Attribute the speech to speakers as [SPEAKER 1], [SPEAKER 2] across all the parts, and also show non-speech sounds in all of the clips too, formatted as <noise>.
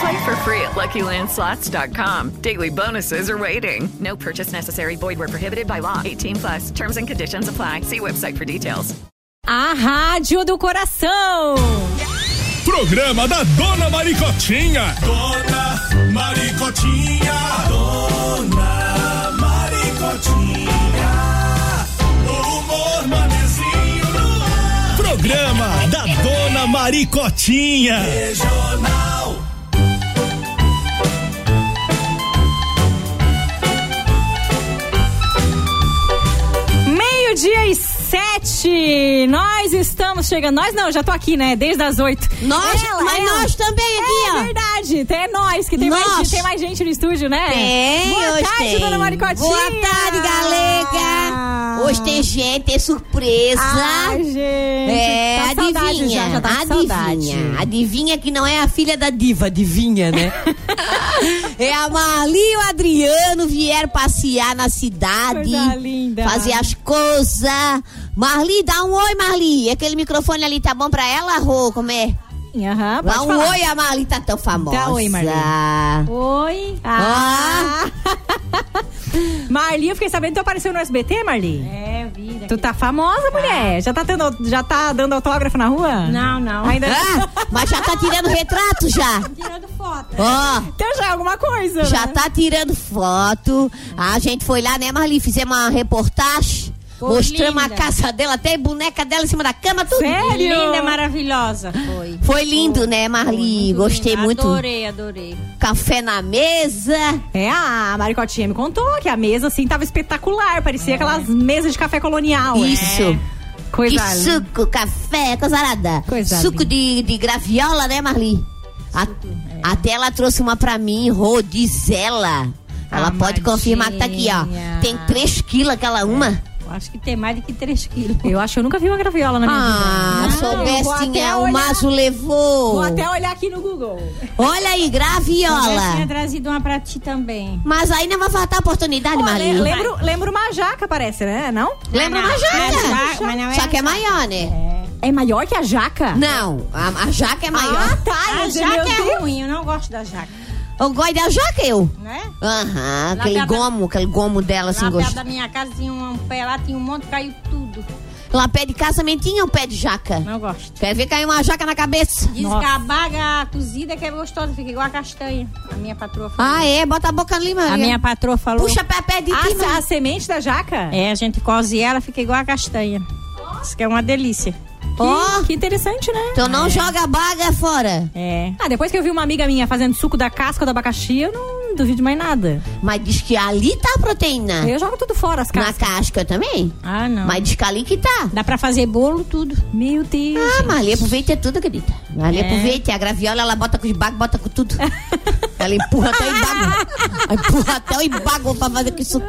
[SPEAKER 1] Play for free at LuckyLandSlots.com. Daily bonuses are waiting. No purchase necessary. Void were prohibited by law. 18 plus. Terms and conditions apply. See website for details.
[SPEAKER 2] A Rádio do Coração.
[SPEAKER 3] Programa da Dona Maricotinha. Dona Maricotinha. Dona Maricotinha. O humor manezinho no ar. Programa da Dona Maricotinha. Regional.
[SPEAKER 2] Meio-dia e sete. Nós estamos chegando. Nós não, já tô aqui, né? Desde as oito.
[SPEAKER 4] Nós, mas nós também aqui,
[SPEAKER 2] É
[SPEAKER 4] ó.
[SPEAKER 2] verdade. É nós que tem
[SPEAKER 4] Nós.
[SPEAKER 2] mais, tem mais gente no estúdio, né?
[SPEAKER 4] Tem,
[SPEAKER 2] Boa
[SPEAKER 4] hoje
[SPEAKER 2] tarde,
[SPEAKER 4] tem.
[SPEAKER 2] dona Maricotinha.
[SPEAKER 4] Boa tarde, galega. Hoje tem gente, tem surpresa.
[SPEAKER 2] Ai, Ah, gente.
[SPEAKER 4] é,
[SPEAKER 2] tá com saudade
[SPEAKER 4] adivinha,
[SPEAKER 2] Já, já tá com saudade.
[SPEAKER 4] adivinha, adivinha que não é a filha da diva, adivinha,
[SPEAKER 2] <laughs>
[SPEAKER 4] né? é a Marli e o Adriano vieram passear na cidade,
[SPEAKER 2] Coisa linda.
[SPEAKER 4] fazer as coisas. Marli, dá um oi, Marli. Aquele microfone ali tá bom pra ela, Rô? Como é?
[SPEAKER 2] Aham, pode
[SPEAKER 4] Dá um
[SPEAKER 2] falar.
[SPEAKER 4] oi, a Marli tá tão famosa.
[SPEAKER 2] Dá oi, Marli. Oi.
[SPEAKER 4] Ah.
[SPEAKER 2] <laughs> Marli, eu fiquei sabendo que tu apareceu no SBT, Marli.
[SPEAKER 5] É, vida.
[SPEAKER 2] Tu tá famosa, mulher. Já tá, tendo, já tá dando autógrafo na rua?
[SPEAKER 5] Não, não.
[SPEAKER 2] Ainda
[SPEAKER 4] Ah, mas já tá tirando retrato já.
[SPEAKER 5] Tirando foto.
[SPEAKER 4] Ó,
[SPEAKER 2] Então já é alguma coisa.
[SPEAKER 4] já
[SPEAKER 2] né?
[SPEAKER 4] tá tirando foto. A gente foi lá, né, Marli? Fizemos uma reportagem.
[SPEAKER 5] Pô,
[SPEAKER 4] mostramos
[SPEAKER 5] linda.
[SPEAKER 4] a casa dela, até boneca dela em cima da cama, tudo.
[SPEAKER 2] Sério?
[SPEAKER 5] Linda, maravilhosa. Foi.
[SPEAKER 4] Foi lindo, né, Marli? Gostei
[SPEAKER 5] Lindo.
[SPEAKER 4] muito.
[SPEAKER 5] Adorei, adorei.
[SPEAKER 4] Café na mesa.
[SPEAKER 2] É, a Maricotinha me contou que a mesa, assim, tava espetacular. Parecia aquelas mesas de café colonial. né?
[SPEAKER 4] É. Isso.
[SPEAKER 2] Coisa
[SPEAKER 4] Que
[SPEAKER 2] linda.
[SPEAKER 4] suco, café, coisarada.
[SPEAKER 2] Coisa
[SPEAKER 4] suco de, de graviola, né, Marli? A-
[SPEAKER 2] é.
[SPEAKER 4] Até ela trouxe uma pra mim, rodizela. Ela pode
[SPEAKER 5] Amadinha.
[SPEAKER 4] confirmar que tá aqui, ó. Tem 3 quilos aquela uma.
[SPEAKER 5] Eu acho que tem mais do que 3 quilos.
[SPEAKER 2] Eu acho que eu nunca vi uma graviola na minha
[SPEAKER 4] Ah,
[SPEAKER 2] vida. Vou
[SPEAKER 4] soubesse,
[SPEAKER 2] até
[SPEAKER 4] né? O
[SPEAKER 2] olhar-
[SPEAKER 4] Mazo levou.
[SPEAKER 2] Vou até olhar aqui no Google.
[SPEAKER 4] Olha aí,
[SPEAKER 5] Eu tinha
[SPEAKER 4] graviola.
[SPEAKER 5] trazido uma pra ti também.
[SPEAKER 4] Mas aí não vai faltar oportunidade,
[SPEAKER 2] Pô,
[SPEAKER 4] Marli.
[SPEAKER 2] le- lembro, lembro uma jaca, parece, né? Não?
[SPEAKER 4] Lembra
[SPEAKER 5] Mas
[SPEAKER 4] uma
[SPEAKER 5] não, mas não
[SPEAKER 4] jaca.
[SPEAKER 5] é- mas não é
[SPEAKER 4] Só que é maior, né?
[SPEAKER 2] É maior que a jaca?
[SPEAKER 4] Não, a, a jaca
[SPEAKER 5] Ah,
[SPEAKER 4] é maior.
[SPEAKER 2] tá.
[SPEAKER 5] A
[SPEAKER 2] eu-
[SPEAKER 5] jaca
[SPEAKER 2] meu Deus.
[SPEAKER 5] é ruim, eu não gosto da jaca.
[SPEAKER 4] Eu gosto da jaca, eu.
[SPEAKER 5] Né?
[SPEAKER 4] Aham, aquele
[SPEAKER 5] perto da-
[SPEAKER 4] gomo, aquele gomo dela, assim,
[SPEAKER 5] Lá perto
[SPEAKER 4] gostoso.
[SPEAKER 5] da minha casa tinha um pé lá, tinha um monte, caiu tudo.
[SPEAKER 4] Lá pé de casa também tinha um pé de jaca.
[SPEAKER 5] Não gosto.
[SPEAKER 4] Quer ver cair uma jaca na cabeça?
[SPEAKER 5] Diz que a baga cozida que é gostosa, fica igual a castanha. A minha patroa falou.
[SPEAKER 4] Ah, é? Bota a boca ali, Maria.
[SPEAKER 5] a minha patroa falou. Ah,
[SPEAKER 4] Puxa pé, pé de ti,
[SPEAKER 2] A, a
[SPEAKER 4] Maria.
[SPEAKER 2] semente da jaca?
[SPEAKER 5] É, a gente coze ela, fica igual a castanha. Isso que é uma delícia.
[SPEAKER 4] Ó,
[SPEAKER 2] Que, que interessante, né?
[SPEAKER 4] então não joga a baga fora.
[SPEAKER 5] É.
[SPEAKER 2] Ah, depois que eu vi uma amiga minha fazendo suco da casca do abacaxi, eu não duvido mais nada.
[SPEAKER 4] Mas diz que ali tá a proteína.
[SPEAKER 2] Eu jogo tudo fora as
[SPEAKER 4] Na
[SPEAKER 2] cascas.
[SPEAKER 4] casca também.
[SPEAKER 5] Ah, não.
[SPEAKER 4] Mas diz que ali que tá.
[SPEAKER 5] Dá pra fazer bolo, tudo.
[SPEAKER 2] Meu Deus.
[SPEAKER 4] Ah,
[SPEAKER 2] gente. É.
[SPEAKER 4] Marli, aproveita tudo, acredita. é Marli, aproveita. A graviola, ela bota com os bagos, bota com tudo. ela empurra até o embago.
[SPEAKER 2] <laughs>
[SPEAKER 4] Ela empurra até o embago pra fazer com suco.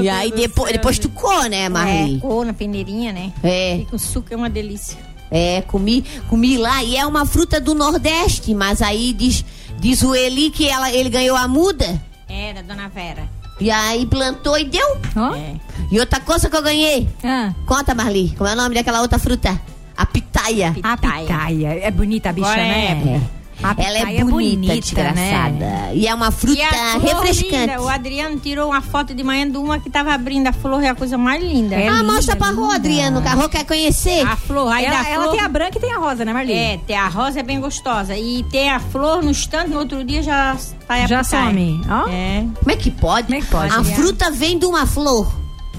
[SPEAKER 4] e aí depois, depois tu cor, né,
[SPEAKER 5] É,
[SPEAKER 4] Marli?
[SPEAKER 5] cor na peneirinha, né?
[SPEAKER 4] É.
[SPEAKER 5] Fica o suco, é uma delícia.
[SPEAKER 4] É, comi, comi lá e é uma fruta do Nordeste, mas aí diz, diz o Eli que ela, ele ganhou a muda
[SPEAKER 5] Era, dona É, Vera.
[SPEAKER 4] e aí plantou e deu.
[SPEAKER 2] Ó.
[SPEAKER 5] É.
[SPEAKER 4] E outra coisa que eu ganhei.
[SPEAKER 2] Ah.
[SPEAKER 4] Conta, Marli. Como é o nome daquela outra fruta? A pitaia.
[SPEAKER 2] A pitaia. É bonita a bicha,
[SPEAKER 5] Agora é.
[SPEAKER 2] né? A
[SPEAKER 4] Ela
[SPEAKER 2] pitaia
[SPEAKER 4] é bonita, desgraçada.
[SPEAKER 2] né?
[SPEAKER 4] E é uma fruta
[SPEAKER 5] E a flor
[SPEAKER 4] refrescante.
[SPEAKER 5] linda. O Adriano tirou uma foto de manhã de uma que tava abrindo a flor, é a coisa mais linda.
[SPEAKER 2] É
[SPEAKER 4] ah,
[SPEAKER 2] linda,
[SPEAKER 4] mostra pra Rô,
[SPEAKER 2] linda.
[SPEAKER 4] Adriano. que A Rô quer conhecer.
[SPEAKER 5] A flor, aí da
[SPEAKER 2] Ela,
[SPEAKER 5] flor...
[SPEAKER 2] ela tem a branca e tem a rosa, né, Marli?
[SPEAKER 5] É, tem a rosa é bem gostosa. E tem a flor no estande, no outro dia já sai é a
[SPEAKER 2] Já
[SPEAKER 5] pitaia.
[SPEAKER 2] some. Ó.
[SPEAKER 5] É,
[SPEAKER 4] Como é que pode?
[SPEAKER 2] Como é que pode?
[SPEAKER 4] A fruta vem de uma flor.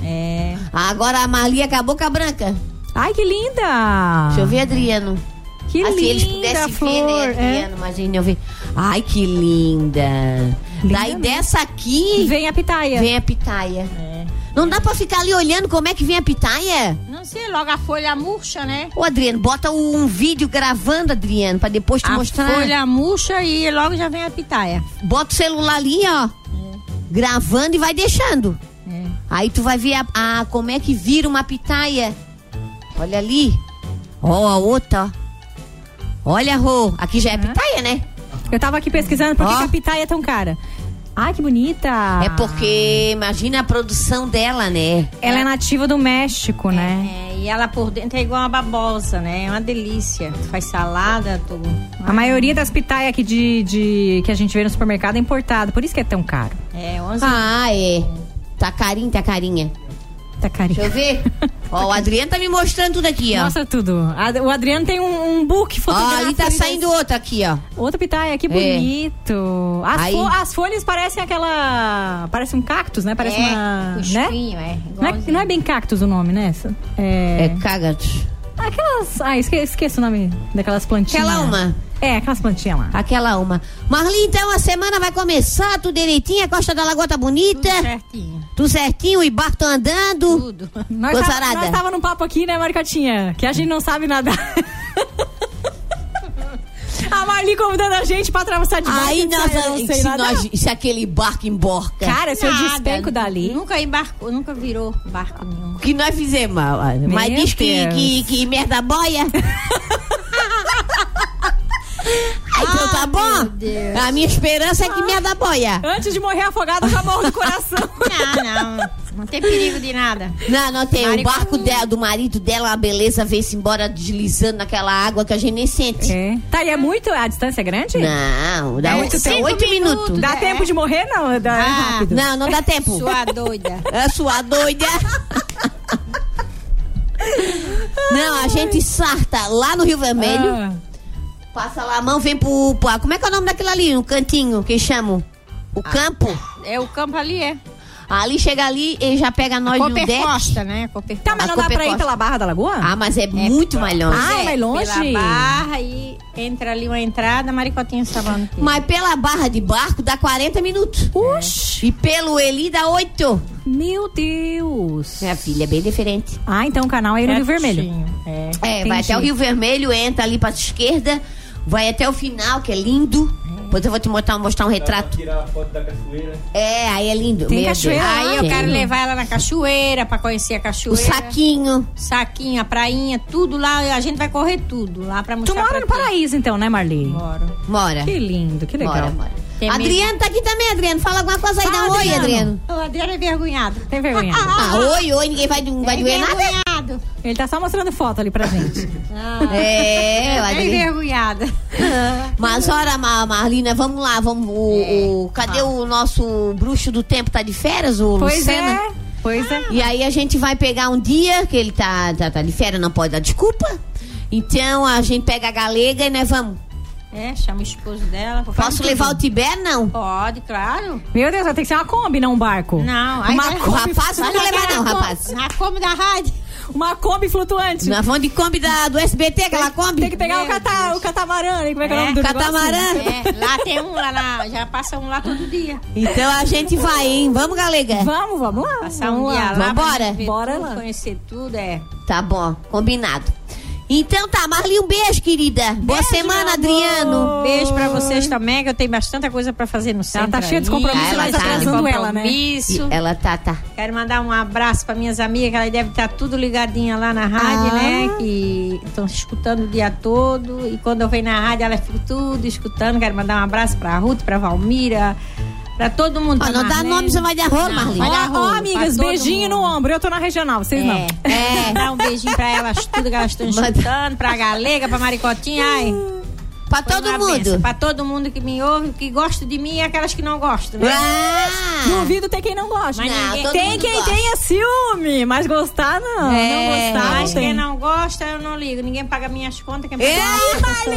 [SPEAKER 5] é.
[SPEAKER 4] Agora a Marli acabou com a branca.
[SPEAKER 2] Ai, que linda!
[SPEAKER 4] Deixa eu ver, Adriano.
[SPEAKER 2] Que
[SPEAKER 4] assim,
[SPEAKER 2] linda
[SPEAKER 4] eles pudessem
[SPEAKER 2] a flor. é.
[SPEAKER 4] ver, né, Adriano? Imagina eu ver. Ai, que linda.
[SPEAKER 2] Linda
[SPEAKER 4] Daí
[SPEAKER 2] mesmo.
[SPEAKER 4] dessa
[SPEAKER 2] é.
[SPEAKER 4] aqui vem,
[SPEAKER 2] Vem a pitaia.
[SPEAKER 4] a pitaia. Não dá pra ficar ali olhando como é que vem a pitaia?
[SPEAKER 5] Não sei, logo a folha murcha, né?
[SPEAKER 4] Ô, Adriano, bota um vídeo gravando, Adriano, pra depois te
[SPEAKER 5] a
[SPEAKER 4] mostrar.
[SPEAKER 5] folha murcha e logo já vem a pitaia. É.
[SPEAKER 4] Bota o celular ali, ó. Gravando e vai deixando. Aí tu vai ver a, a- como é que vira uma pitaia. Olha ali. Ó, a outra, ó. Olha, Rô. Aqui já é pitaia, né?
[SPEAKER 2] Eu tava aqui pesquisando por que
[SPEAKER 4] Ó.
[SPEAKER 2] que a pitaia é tão cara. Ai, que bonita!
[SPEAKER 4] É porque, imagina a produção dela, né?
[SPEAKER 2] Ela é nativa do México, né?
[SPEAKER 5] É, e ela por dentro é igual uma babosa, né? É uma delícia. Tu faz salada, tu...
[SPEAKER 2] A maioria das pitaias aqui de, de- que a gente vê no supermercado é importada, por isso que é tão caro.
[SPEAKER 5] É, 11
[SPEAKER 4] Ah, é. Tá carinho, tá carinha.
[SPEAKER 2] Tá carinho.
[SPEAKER 4] Deixa eu
[SPEAKER 2] <laughs>
[SPEAKER 4] ver. ó, o Adriano tá me mostrando tudo aqui, ó.
[SPEAKER 2] Mostra tudo. A- o Adriano tem um, um book
[SPEAKER 4] ó,
[SPEAKER 2] fotográfico.
[SPEAKER 4] ali tá
[SPEAKER 2] desse-
[SPEAKER 4] saindo outra aqui, ó.
[SPEAKER 2] Outra pitaia, que bonito. As,
[SPEAKER 4] É. Aí-
[SPEAKER 2] fo- as folhas parecem aquela. Parece um cactus, né? Parece
[SPEAKER 5] é,
[SPEAKER 2] uma.
[SPEAKER 5] com
[SPEAKER 2] Né?
[SPEAKER 5] espinho, é.
[SPEAKER 2] Não é,
[SPEAKER 5] igualzinho.
[SPEAKER 2] não é bem cactus o nome, né?
[SPEAKER 4] É,
[SPEAKER 2] É.
[SPEAKER 4] cagato.
[SPEAKER 2] Aquelas. Ah, esque, esqueço o nome daquelas plantinhas.
[SPEAKER 4] Aquela uma.
[SPEAKER 2] É, aquelas plantinhas lá.
[SPEAKER 4] Aquela uma. Marli, então a semana vai começar, tudo direitinho, a Costa da Lagoa tá bonita,
[SPEAKER 5] Tudo certinho.
[SPEAKER 4] tudo certinho, o Ibar tá andando.
[SPEAKER 5] Tudo.
[SPEAKER 2] Nós,
[SPEAKER 4] Ô,
[SPEAKER 2] tava,
[SPEAKER 4] sarada.
[SPEAKER 2] nós tava num papo aqui, né, Maricotinha? Que a gente não
[SPEAKER 4] <laughs>
[SPEAKER 2] sabe nadar. a Marli convidando a gente pra atravessar de barco.
[SPEAKER 4] Aí
[SPEAKER 2] eu disse,
[SPEAKER 4] nós,
[SPEAKER 2] "Ah, eu não sei
[SPEAKER 4] se,
[SPEAKER 2] nadar."
[SPEAKER 4] nós- se aquele barco emborca.
[SPEAKER 2] Cara, se eu
[SPEAKER 5] Nada.
[SPEAKER 2] despenco dali.
[SPEAKER 5] Nunca embarcou, nunca virou barco nenhum.
[SPEAKER 4] o que nós fizemos? ó, Mas diz que,
[SPEAKER 2] Deus.
[SPEAKER 4] que, que merda boia. Ah, então tá bom? A minha esperança é que merda boia.
[SPEAKER 2] Ah. Antes de morrer afogada, já morro do coração.
[SPEAKER 5] Não, não. Não tem perigo de nada.
[SPEAKER 4] <laughs> Não, não tem. O
[SPEAKER 5] Maricotinha.
[SPEAKER 4] barco dela, do marido dela, uma beleza, vê-se embora deslizando naquela água que a gente nem sente.
[SPEAKER 2] É. Tá, e é muito? A distância é grande?
[SPEAKER 4] Não, dá
[SPEAKER 2] É
[SPEAKER 4] oito,
[SPEAKER 2] muito
[SPEAKER 4] são
[SPEAKER 2] tempo.
[SPEAKER 4] oito minutos.
[SPEAKER 2] Dá
[SPEAKER 5] É.
[SPEAKER 2] tempo de morrer? Não, dá é
[SPEAKER 5] Ah,
[SPEAKER 2] rápido.
[SPEAKER 4] Não, não dá tempo.
[SPEAKER 5] Sua doida.
[SPEAKER 4] <laughs> É sua doida. Não, a gente sarta lá no Rio Vermelho,
[SPEAKER 2] Ah,
[SPEAKER 4] passa lá a mão, vem pro, pro- Como é que é o nome daquilo ali? No cantinho que chamam? O campo.
[SPEAKER 5] É o campo ali, é.
[SPEAKER 4] Ali chega ali e já pega nós no
[SPEAKER 5] Cooper
[SPEAKER 4] deck.
[SPEAKER 5] Costa, né? Cooper
[SPEAKER 2] Tá,
[SPEAKER 4] A
[SPEAKER 2] mas não dá
[SPEAKER 4] Copa é
[SPEAKER 2] pra ir
[SPEAKER 4] Costa.
[SPEAKER 2] pela Barra da Lagoa?
[SPEAKER 4] Ah, mas é, muito mais longe.
[SPEAKER 2] Ah,
[SPEAKER 4] É.
[SPEAKER 2] mas longe?
[SPEAKER 5] Pela barra e entra ali uma entrada, Maricotinha Savano.
[SPEAKER 4] Mas pela barra de barco dá 40 minutos.
[SPEAKER 2] Oxi.
[SPEAKER 4] E pelo Eli dá 8.
[SPEAKER 2] Meu Deus.
[SPEAKER 4] Minha filha, é bem diferente.
[SPEAKER 2] Ah, então o canal é aí no Rio Vermelho.
[SPEAKER 5] É.
[SPEAKER 4] É, vai
[SPEAKER 2] Entendi.
[SPEAKER 4] até o Rio Vermelho, entra ali pra esquerda, vai até o final, que é lindo. Depois eu vou te mostrar, mostrar um retrato. Tirar a foto da cachoeira. É, aí é lindo.
[SPEAKER 2] Tem
[SPEAKER 4] Meu
[SPEAKER 2] cachoeira
[SPEAKER 4] Deus.
[SPEAKER 2] lá?
[SPEAKER 5] Aí eu
[SPEAKER 4] Tem.
[SPEAKER 5] quero levar ela na cachoeira pra conhecer a
[SPEAKER 4] O
[SPEAKER 5] cachoeira.
[SPEAKER 4] saquinho.
[SPEAKER 5] Saquinho, a prainha, tudo lá. A gente vai correr tudo lá pra
[SPEAKER 2] Tu
[SPEAKER 5] mostrar
[SPEAKER 2] mora
[SPEAKER 5] pra
[SPEAKER 2] no
[SPEAKER 5] tu.
[SPEAKER 2] paraíso, então, né, Marli?
[SPEAKER 5] Moro.
[SPEAKER 4] Mora.
[SPEAKER 2] Que lindo, que legal.
[SPEAKER 4] Mora, mora.
[SPEAKER 5] Tem medo.
[SPEAKER 4] Adriano tá aqui também, Adriano. Fala alguma coisa aí, dá um
[SPEAKER 2] Fala,
[SPEAKER 4] oi,
[SPEAKER 2] Adriano.
[SPEAKER 4] Adriano.
[SPEAKER 5] O Adriano é vergonhado.
[SPEAKER 2] Tem vergonha.
[SPEAKER 4] Ah, oi, oi, ninguém vai, não vai doer nada.
[SPEAKER 5] Envergonhado.
[SPEAKER 2] Ele tá só mostrando foto ali pra
[SPEAKER 4] <laughs>
[SPEAKER 2] gente.
[SPEAKER 5] Ah,
[SPEAKER 4] É, o
[SPEAKER 5] é
[SPEAKER 4] Adriano.
[SPEAKER 5] envergonhada.
[SPEAKER 4] Mas ora, Ma- Marlina, vamos lá, vamos. O, o-
[SPEAKER 2] É,
[SPEAKER 4] cadê o nosso bruxo do tempo? Tá de férias, o
[SPEAKER 2] pois
[SPEAKER 4] Lucena?
[SPEAKER 2] é. Pois é.
[SPEAKER 4] E aí a gente vai pegar um dia que ele tá, tá, tá de férias, não pode dar desculpa. Então a gente pega a galega e nós vamos.
[SPEAKER 5] É, chama o esposo dela. fala
[SPEAKER 4] Posso
[SPEAKER 5] tudo.
[SPEAKER 4] levar o Tibé? É, Não.
[SPEAKER 5] Pode, claro.
[SPEAKER 2] Meu Deus, vai ter que ser uma Kombi, não um barco.
[SPEAKER 5] Não, aí
[SPEAKER 4] Uma
[SPEAKER 5] vai-
[SPEAKER 4] co- rapaz, não
[SPEAKER 5] vai
[SPEAKER 4] vou levar
[SPEAKER 5] naquela
[SPEAKER 4] não,
[SPEAKER 5] com-
[SPEAKER 4] rapaz.
[SPEAKER 5] Na Kombi da rádio.
[SPEAKER 2] Uma Kombi flutuante.
[SPEAKER 4] Nós vamos de Kombi da, do SBT, aquela Kombi.
[SPEAKER 2] Tem que pegar o, cata- o catamarã, né? Como é que é o
[SPEAKER 5] É,
[SPEAKER 2] nome do negócio?
[SPEAKER 4] catamarã.
[SPEAKER 5] É, lá tem um, lá na- já passa um lá todo dia.
[SPEAKER 4] Então a gente vai, hein? Vamos, galega.
[SPEAKER 2] Vamos, vamos lá.
[SPEAKER 5] Passar um
[SPEAKER 2] vamos
[SPEAKER 5] dia lá.
[SPEAKER 2] lá.
[SPEAKER 5] pra
[SPEAKER 4] Vambora?
[SPEAKER 5] gente ver
[SPEAKER 2] Bora
[SPEAKER 5] tudo,
[SPEAKER 2] lá.
[SPEAKER 5] Conhecer tudo, é.
[SPEAKER 4] Tá bom, combinado. Então tá, Marli, um beijo, querida. Boa semana, Adriano.
[SPEAKER 5] Beijo pra vocês também, que eu tenho bastante coisa pra fazer no centro.
[SPEAKER 2] tá cheia de compromisso,
[SPEAKER 5] aí.
[SPEAKER 4] mas tá
[SPEAKER 2] atrasando ela, né?
[SPEAKER 5] Compromisso.
[SPEAKER 4] E ela tá, tá.
[SPEAKER 5] Quero mandar um abraço pra minhas amigas, que elas devem estar tudo ligadinha lá na rádio,
[SPEAKER 4] Ah.
[SPEAKER 5] né? Que estão escutando o dia todo. E quando eu venho na rádio, elas ficam tudo escutando. Quero mandar um abraço pra Ruth, pra Valmira, Pra todo mundo.
[SPEAKER 4] Ó, não dá nome, você vai dar rolo, Marli.
[SPEAKER 5] né? Vai dar
[SPEAKER 2] Ó, ó,
[SPEAKER 5] rolo,
[SPEAKER 2] amigas,
[SPEAKER 5] pra todo
[SPEAKER 2] beijinho no
[SPEAKER 5] mundo.
[SPEAKER 2] ombro. Eu tô na regional, vocês não.
[SPEAKER 5] É,
[SPEAKER 4] <laughs>
[SPEAKER 5] é. Dá um beijinho pra elas, tudo que elas estão
[SPEAKER 4] Manda.
[SPEAKER 5] chutando, pra galega, pra maricotinha, ai.
[SPEAKER 4] Pra
[SPEAKER 5] foi
[SPEAKER 4] todo
[SPEAKER 5] uma benção.
[SPEAKER 4] mundo.
[SPEAKER 5] Pra todo mundo que me ouve, que gosta de mim e aquelas que não gostam. né?
[SPEAKER 4] Ah!
[SPEAKER 2] Duvido ter quem não gosta.
[SPEAKER 4] Mas
[SPEAKER 5] Não,
[SPEAKER 4] ninguém-
[SPEAKER 5] todo
[SPEAKER 2] Tem
[SPEAKER 4] mundo
[SPEAKER 2] quem
[SPEAKER 4] gosta.
[SPEAKER 2] tenha ciúme, mas gostar não.
[SPEAKER 4] É,
[SPEAKER 2] não gostar,
[SPEAKER 5] Mas
[SPEAKER 2] não
[SPEAKER 5] quem
[SPEAKER 2] tem.
[SPEAKER 5] não gosta, eu não ligo. Ninguém paga minhas contas. Quem
[SPEAKER 4] É
[SPEAKER 5] paga
[SPEAKER 4] aí,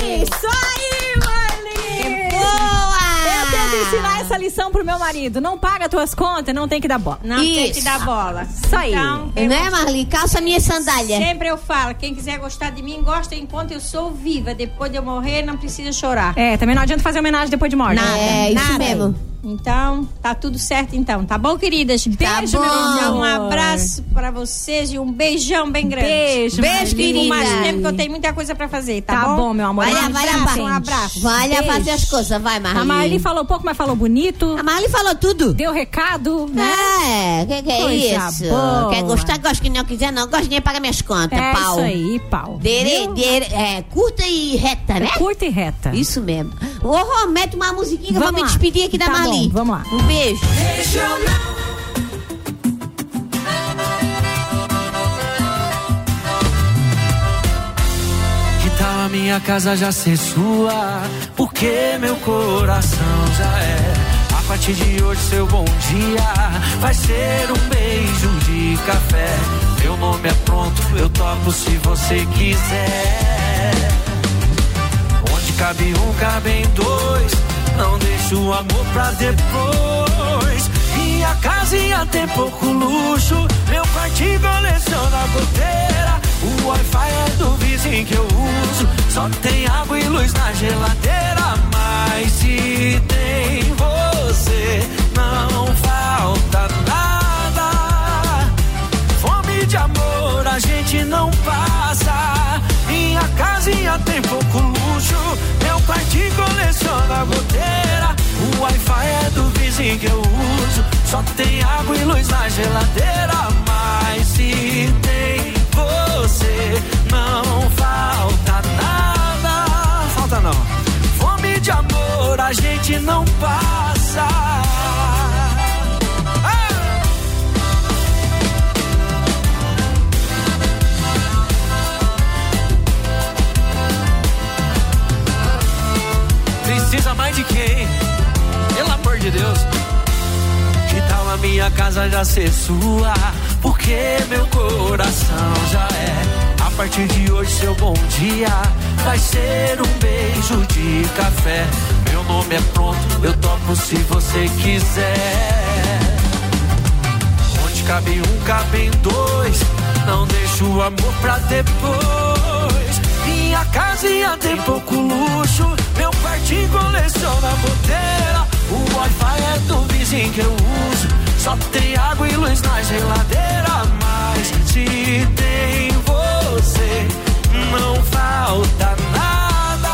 [SPEAKER 5] minhas contas sou
[SPEAKER 4] Marli!
[SPEAKER 5] eu.
[SPEAKER 2] Isso aí, Marli! Eu tento ensinar
[SPEAKER 4] É Boa!
[SPEAKER 2] essa lição pro meu marido. Não paga tuas contas, não tem que dar bola.
[SPEAKER 5] Não tem
[SPEAKER 4] Isso.
[SPEAKER 5] que dar bola.
[SPEAKER 2] Isso aí.
[SPEAKER 5] Então, quem
[SPEAKER 4] Não é, Marli? Calça minha sandália.
[SPEAKER 5] Sempre eu falo, quem quiser gostar de mim, gosta enquanto eu sou viva. Depois de eu morrer, não precisa chorar.
[SPEAKER 2] É, também não adianta fazer homenagem depois de morte.
[SPEAKER 4] Nada, É, isso
[SPEAKER 5] nada.
[SPEAKER 4] mesmo.
[SPEAKER 5] Então, tá tudo certo então, tá bom, queridas? Beijo,
[SPEAKER 4] bom.
[SPEAKER 5] meu amor. Um abraço pra vocês e um beijão bem grande.
[SPEAKER 2] Beijo,
[SPEAKER 4] Beijo,
[SPEAKER 2] Marli.
[SPEAKER 4] querida.
[SPEAKER 5] Mais tempo que eu tenho muita coisa pra fazer, tá,
[SPEAKER 2] Tá bom, meu amor.
[SPEAKER 4] Vai
[SPEAKER 2] Um
[SPEAKER 4] lá, vai lá,
[SPEAKER 2] abraço,
[SPEAKER 4] vai.
[SPEAKER 2] um abraço.
[SPEAKER 4] Vai lá
[SPEAKER 2] Beijo.
[SPEAKER 4] fazer as coisas, vai, Marli.
[SPEAKER 2] A Marli falou pouco, mas falou bonito.
[SPEAKER 4] A Marli falou tudo.
[SPEAKER 2] Deu recado, né?
[SPEAKER 4] É, que que é
[SPEAKER 2] Coisa
[SPEAKER 4] isso?
[SPEAKER 2] boa.
[SPEAKER 4] Quer gostar, gosta. Quem não quiser, não gosta nem paga minhas contas,
[SPEAKER 2] É
[SPEAKER 4] pau.
[SPEAKER 2] isso aí, pau.
[SPEAKER 4] Dere,
[SPEAKER 2] Viu?
[SPEAKER 4] dere, é, curta e reta, né?
[SPEAKER 2] Curta e reta.
[SPEAKER 4] Isso mesmo. Ô, Rô, mete uma musiquinha que eu vou
[SPEAKER 2] Vamos
[SPEAKER 4] me
[SPEAKER 2] lá.
[SPEAKER 4] despedir aqui da
[SPEAKER 2] Tá bom,
[SPEAKER 4] Marli.
[SPEAKER 2] vamos lá.
[SPEAKER 4] Um beijo.
[SPEAKER 6] Que tal a minha casa já ser sua? Porque meu coração já é. A partir de hoje, seu bom dia vai ser um beijo de café. Meu nome é pronto, eu topo se você quiser. Onde cabe um, cabem dois. Não deixo o amor pra depois. Minha casa ia ter pouco luxo. Meu quartinho coleciona goteira. O Wi-Fi é do vizinho que eu uso. Só tem água e luz na geladeira. Mas se tem você, não falta nada. Fome de amor a gente não passa. Minha casinha tem pouco luxo. Meu quartinho coleciona goteira. O Wi-Fi é do vizinho que eu uso. Só tem água e luz na geladeira. Mas se tem você, não falta nada. Falta não. Fome de amor a gente não passa. Ah! Precisa mais de quem? Pelo amor de Deus. Que tal a minha casa já ser sua? Porque meu coração já é. A partir de hoje, seu bom dia vai ser um beijo de café. Meu nome é pronto, eu topo se você quiser. Onde cabe um, cabem dois. Não deixo o amor pra depois. Minha casinha tem pouco luxo. Meu quartinho coleciona boteira. O Wi-Fi é do vizinho que eu uso. Só tem água e luz na geladeira. Mas se tem você, não falta nada.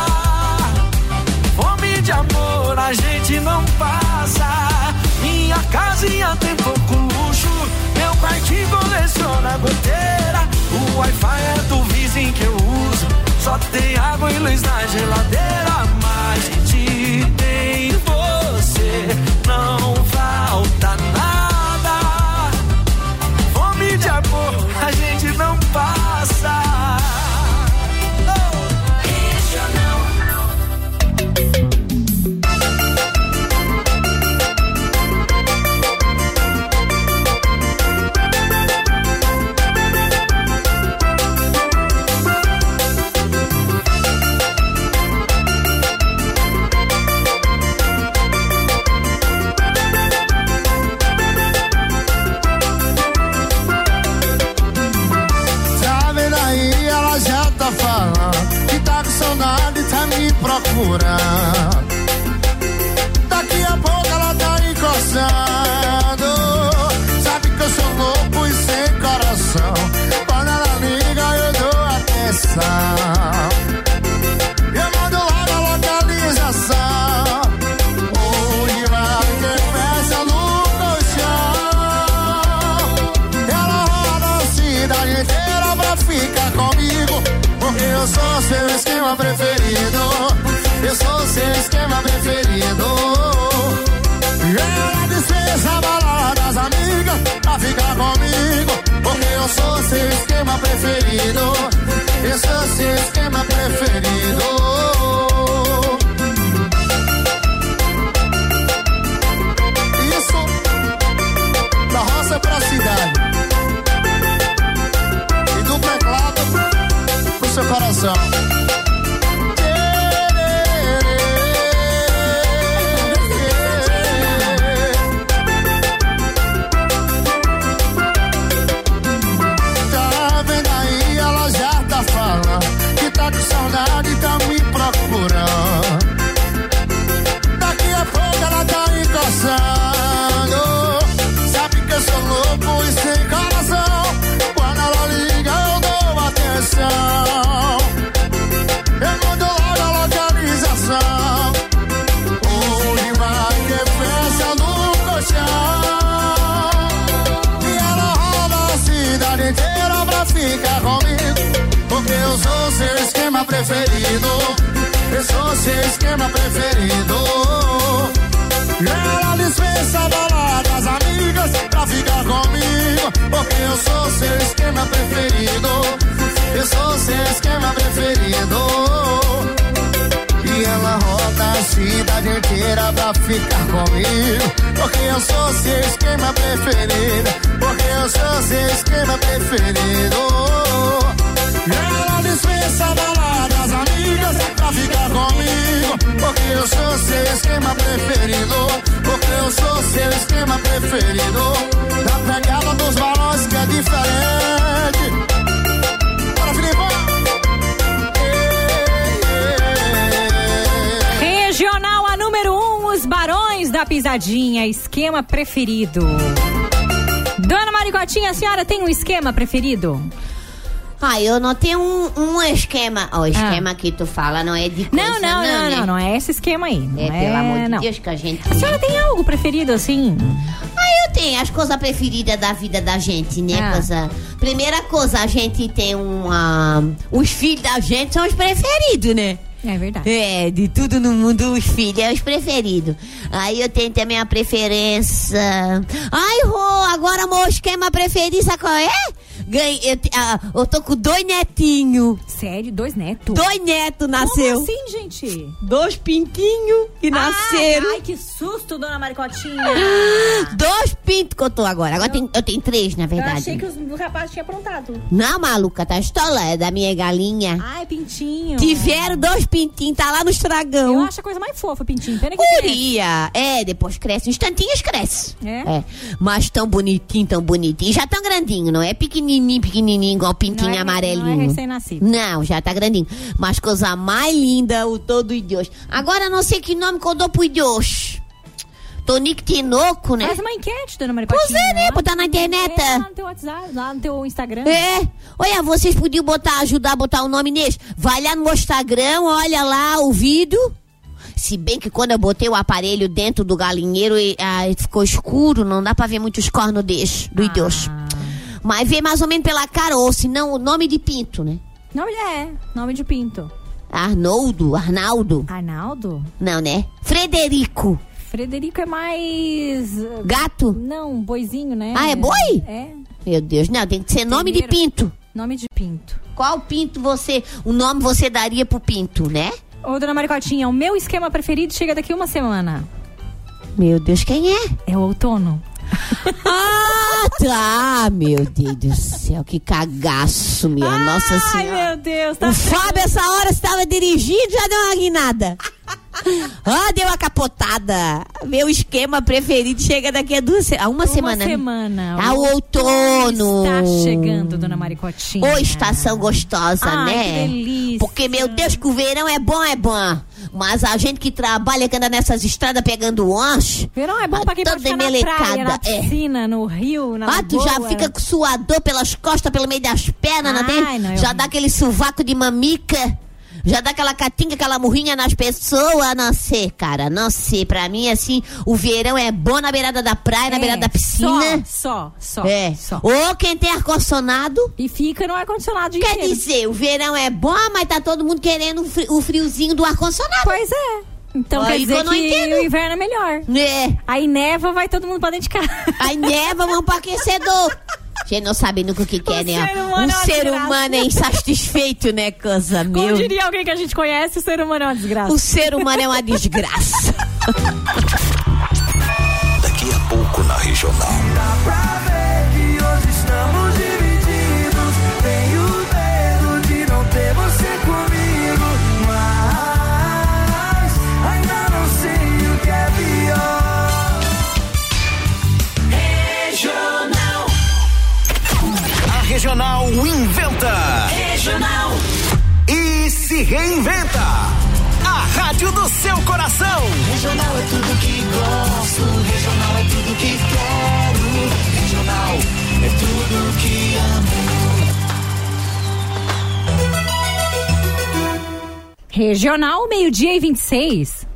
[SPEAKER 6] Fome de amor a gente não passa. Minha casinha tem pouco luxo. Meu quartinho coleciona goteira. O Wi-Fi é do vizinho que eu uso. Só tem água e luz na geladeira. Mas se tem você, não falta nada. Fome de amor a gente não passa. Oh.
[SPEAKER 7] Tá vendo aí, ela já tá falando que tá com saudade e tá me procurando. Daqui a pouco ela tá encostando. Sabe que eu sou louco e sem coração. Quando ela liga, eu dou atenção. Eu mando logo a localização. Onde vai ter festa no colchão? Ela roda a cidade inteira pra ficar comigo. Porque eu sou é seu esquema preferido. Eu sou seu esquema preferido. Ela dispensa a balada das amigas pra ficar comigo. Porque eu sou seu esquema preferido. Eu sou seu esquema preferido. Isso da roça é pra cidade. E do teclado pro seu coração. Tá vendo aí, ela já tá falando que tá com saudade e tá me procurando. Daqui a pouco ela tá encostando. Sabe que eu sou louco e sem coração. Quando ela liga, eu dou atenção. Eu mando logo a localização. Onde vai ter festa no colchão? E ela roda a cidade inteira pra ficar comigo. Porque eu sou seu esquema preferido. Eu sou seu esquema preferido. Ela dispensa baladas amigas pra ficar comigo. Porque eu sou seu esquema preferido. Eu sou seu esquema preferido. E ela roda a cidade inteira pra ficar comigo. Porque eu sou seu esquema preferido. Porque eu sou seu esquema preferido. Ela dispensa baladas amigas pra ficar comigo. Porque eu sou seu esquema preferido. Porque eu sou seu esquema preferido. Da pegada dos balões que é diferente. Bora, Filipão!
[SPEAKER 2] Regional a número 1, um, os Barões da Pisadinha, esquema preferido. Dona Maricotinha, a senhora tem um esquema preferido?
[SPEAKER 4] Ah, eu não tenho um, um esquema. Ó, O esquema que tu fala não é de coisa,
[SPEAKER 2] Ah. Não, não, não,
[SPEAKER 4] né?
[SPEAKER 2] não, não é esse esquema aí. Não
[SPEAKER 4] É, pelo amor de
[SPEAKER 2] não.
[SPEAKER 4] Deus que a gente.
[SPEAKER 2] A senhora tem algo preferido assim?
[SPEAKER 4] Ah, eu tenho as coisas preferidas da vida da gente, né?
[SPEAKER 2] Ah.
[SPEAKER 4] Coisa... Primeira coisa, a gente tem uma. Os filhos da gente são os preferidos, né?
[SPEAKER 2] É verdade.
[SPEAKER 4] É, de tudo no mundo, os filhos é os preferidos. Aí eu tenho também a preferência. Ai, Rô, agora meu esquema preferido, sabe qual é? Ganhei, eu, te- ah, eu tô com dois netinhos.
[SPEAKER 2] Sério? Dois netos?
[SPEAKER 4] Dois netos nasceu.
[SPEAKER 2] Como assim, gente?
[SPEAKER 4] Dois pintinhos que nasceram.
[SPEAKER 2] Ai, ai, que susto,
[SPEAKER 4] <gasps>
[SPEAKER 2] dona Maricotinha.
[SPEAKER 4] Dois pintos que eu tô agora. Agora tem- eu tenho três, Ah, na
[SPEAKER 2] Eu
[SPEAKER 4] verdade.
[SPEAKER 2] achei que os, o rapaz tinha aprontado.
[SPEAKER 4] Não, maluca, tá estola, é da minha galinha.
[SPEAKER 2] Ai, pintinho.
[SPEAKER 4] Tiveram dois pintinhos, tá lá no estragão.
[SPEAKER 2] Eu acho a coisa mais fofa, pintinho. Pena que
[SPEAKER 4] Curia! É, depois cresce. Um instantinho cresce.
[SPEAKER 2] É?
[SPEAKER 4] É. Mas tão bonitinho, tão bonitinho. Já tão grandinho, não é pequenininho, pequenininho, igual pintinho
[SPEAKER 2] Não é-
[SPEAKER 4] amarelinho.
[SPEAKER 2] não é recém-nascido.
[SPEAKER 4] Não, já tá grandinho. Mas coisa mais linda, o todo idios. Agora não sei que nome que eu dou pro idios. Tonico Tinoco, né?
[SPEAKER 2] Faz uma enquete, dona Maricotinha.
[SPEAKER 4] Pois é, né?
[SPEAKER 2] Lá
[SPEAKER 4] Botar na internet.
[SPEAKER 2] É, lá no teu WhatsApp, lá no teu Instagram.
[SPEAKER 4] É. Olha, vocês podiam botar, ajudar a botar o nome nesse. Vai lá no meu Instagram, olha lá o vídeo. Se bem que quando eu botei o aparelho dentro do galinheiro, e, ah, ficou escuro, não dá pra ver muito os cornos desse,
[SPEAKER 2] Ah.
[SPEAKER 4] do idoso. Mas vê mais ou menos pela cara, ou se não, o nome de pinto, né?
[SPEAKER 2] Não, é. Nome de pinto. Ah.
[SPEAKER 4] Arnoldo, Arnaldo.
[SPEAKER 2] Arnaldo?
[SPEAKER 4] Não, né? Frederico.
[SPEAKER 2] Frederico é mais... eh,
[SPEAKER 4] Gato.
[SPEAKER 2] Não, boizinho, né?
[SPEAKER 4] Ah, é boi?
[SPEAKER 2] É.
[SPEAKER 4] Meu Deus, não, tem que ser nome de
[SPEAKER 2] Primeiro.
[SPEAKER 4] pinto.
[SPEAKER 2] Nome de pinto.
[SPEAKER 4] Qual pinto você, o nome você daria pro pinto, né?
[SPEAKER 2] Ô, dona Maricotinha, o meu esquema preferido chega daqui uma semana.
[SPEAKER 4] Meu Deus, quem é?
[SPEAKER 2] É o outono.
[SPEAKER 4] Ah, tá, meu Deus do céu, que cagaço, minha nossa
[SPEAKER 2] Ai,
[SPEAKER 4] senhora.
[SPEAKER 2] meu Deus. Tá...
[SPEAKER 4] O Fábio, essa hora, estava dirigindo, já deu uma
[SPEAKER 2] <laughs>
[SPEAKER 4] guinada. Ah, deu uma capotada. Meu esquema preferido chega daqui a duas se- a uma, semana.
[SPEAKER 2] Uma semana.
[SPEAKER 4] Ah, o outono.
[SPEAKER 2] Está chegando, dona Maricotinha.
[SPEAKER 4] Ô, estação gostosa,
[SPEAKER 2] Ai,
[SPEAKER 4] né?
[SPEAKER 2] que delícia.
[SPEAKER 4] Porque, meu Deus, que o verão é bom, é bom. Mas a gente que trabalha, que anda nessas estradas pegando lanche.
[SPEAKER 2] Verão é bom
[SPEAKER 4] ah,
[SPEAKER 2] pra quem
[SPEAKER 4] toda
[SPEAKER 2] pode ficar na praia, na
[SPEAKER 4] emelecada, é.
[SPEAKER 2] piscina, no rio, na
[SPEAKER 4] Ah, tu já
[SPEAKER 2] lagoa.
[SPEAKER 4] fica com suador pelas costas, pelo meio das pernas, não
[SPEAKER 2] Ai,
[SPEAKER 4] tem?
[SPEAKER 2] não, eu-
[SPEAKER 4] Já dá aquele sovaco de mamica. Já dá aquela catinga, aquela murrinha nas pessoas. Não sei, cara, não sei. Pra mim, assim, o verão é bom na beirada da praia, na
[SPEAKER 2] É,
[SPEAKER 4] beirada da piscina.
[SPEAKER 2] Só, só, só.
[SPEAKER 4] é.
[SPEAKER 2] só.
[SPEAKER 4] Ou quem tem ar-condicionado.
[SPEAKER 2] E fica no ar-condicionado
[SPEAKER 4] Quer
[SPEAKER 2] inteiro.
[SPEAKER 4] dizer, o verão é bom, mas tá todo mundo querendo o fri- o friozinho do ar-condicionado.
[SPEAKER 2] Pois é. Então quer
[SPEAKER 4] Aí que
[SPEAKER 2] dizer
[SPEAKER 4] eu não
[SPEAKER 2] que
[SPEAKER 4] entendo.
[SPEAKER 2] o inverno é melhor.
[SPEAKER 4] É.
[SPEAKER 2] Aí neva, vai todo mundo pra dentro de casa.
[SPEAKER 4] Aí neva, vamos pro aquecedor. Você não sabe nunca o que quer, né?
[SPEAKER 2] ser humano é
[SPEAKER 4] um
[SPEAKER 2] uma
[SPEAKER 4] ser
[SPEAKER 2] desgraça.
[SPEAKER 4] humano é insatisfeito, né, Cansa?
[SPEAKER 2] Como
[SPEAKER 4] Meu
[SPEAKER 2] diria alguém que a gente conhece, o ser humano é uma desgraça.
[SPEAKER 4] O ser humano é uma
[SPEAKER 2] <laughs>
[SPEAKER 4] desgraça.
[SPEAKER 8] Daqui a pouco na Regional.
[SPEAKER 6] Estamos divididos. Tenho medo de não ter você comigo. Mas ainda não sei o que é pior. Regional.
[SPEAKER 9] A Regional inventa.
[SPEAKER 6] Regional.
[SPEAKER 9] E se reinventa. A rádio do seu coração.
[SPEAKER 6] Regional é tudo que gosto. Regional é tudo que quero. Regional é tudo que amo.
[SPEAKER 2] Regional, meio-dia e 26.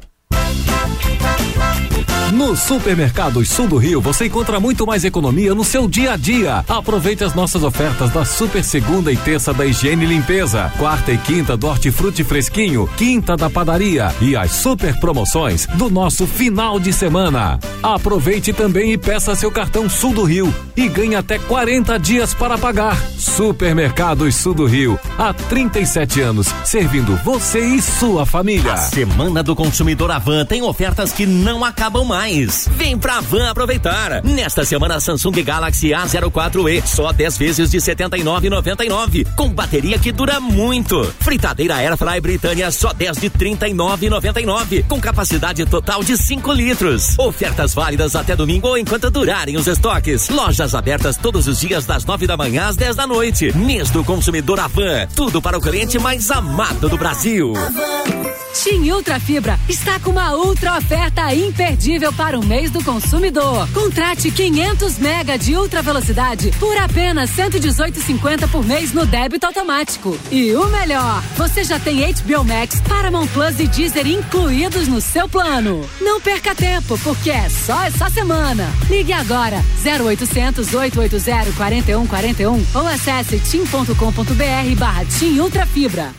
[SPEAKER 10] No Supermercados Sul do Rio, você encontra muito mais economia no seu dia a dia. Aproveite as nossas ofertas da Super Segunda e Terça da Higiene e Limpeza, Quarta e Quinta do Hortifruti Fresquinho, Quinta da Padaria e as super promoções do nosso final de semana. Aproveite também e peça seu cartão Sul do Rio e ganhe até 40 dias para pagar. Supermercados Sul do Rio, há 37 anos, servindo você e sua família.
[SPEAKER 11] A Semana do Consumidor Avan tem ofertas que não acabam mais. Vem pra Van aproveitar. Nesta semana, Samsung Galaxy A04e, só 10 vezes de 79,99. Com bateria que dura muito. Fritadeira Airfry Britânia, só 10 de 39,99. Com capacidade total de 5 litros. Ofertas válidas até domingo ou enquanto durarem os estoques. Lojas abertas todos os dias das 9 da manhã às 10 da noite. Mês do Consumidor Avan. Tudo para o cliente mais amado do Brasil.
[SPEAKER 12] Tim Ultra Fibra está com uma ultra oferta imperdível para o mês do consumidor. Contrate 500 mega de ultra velocidade por apenas 118,50 por mês no débito automático. E o melhor, você já tem HBO Max, Paramount Plus e Deezer incluídos no seu plano. Não perca tempo, porque é só essa semana. Ligue agora 0800 880 4141 ou acesse tim.com.br barra Tim Ultra Fibra.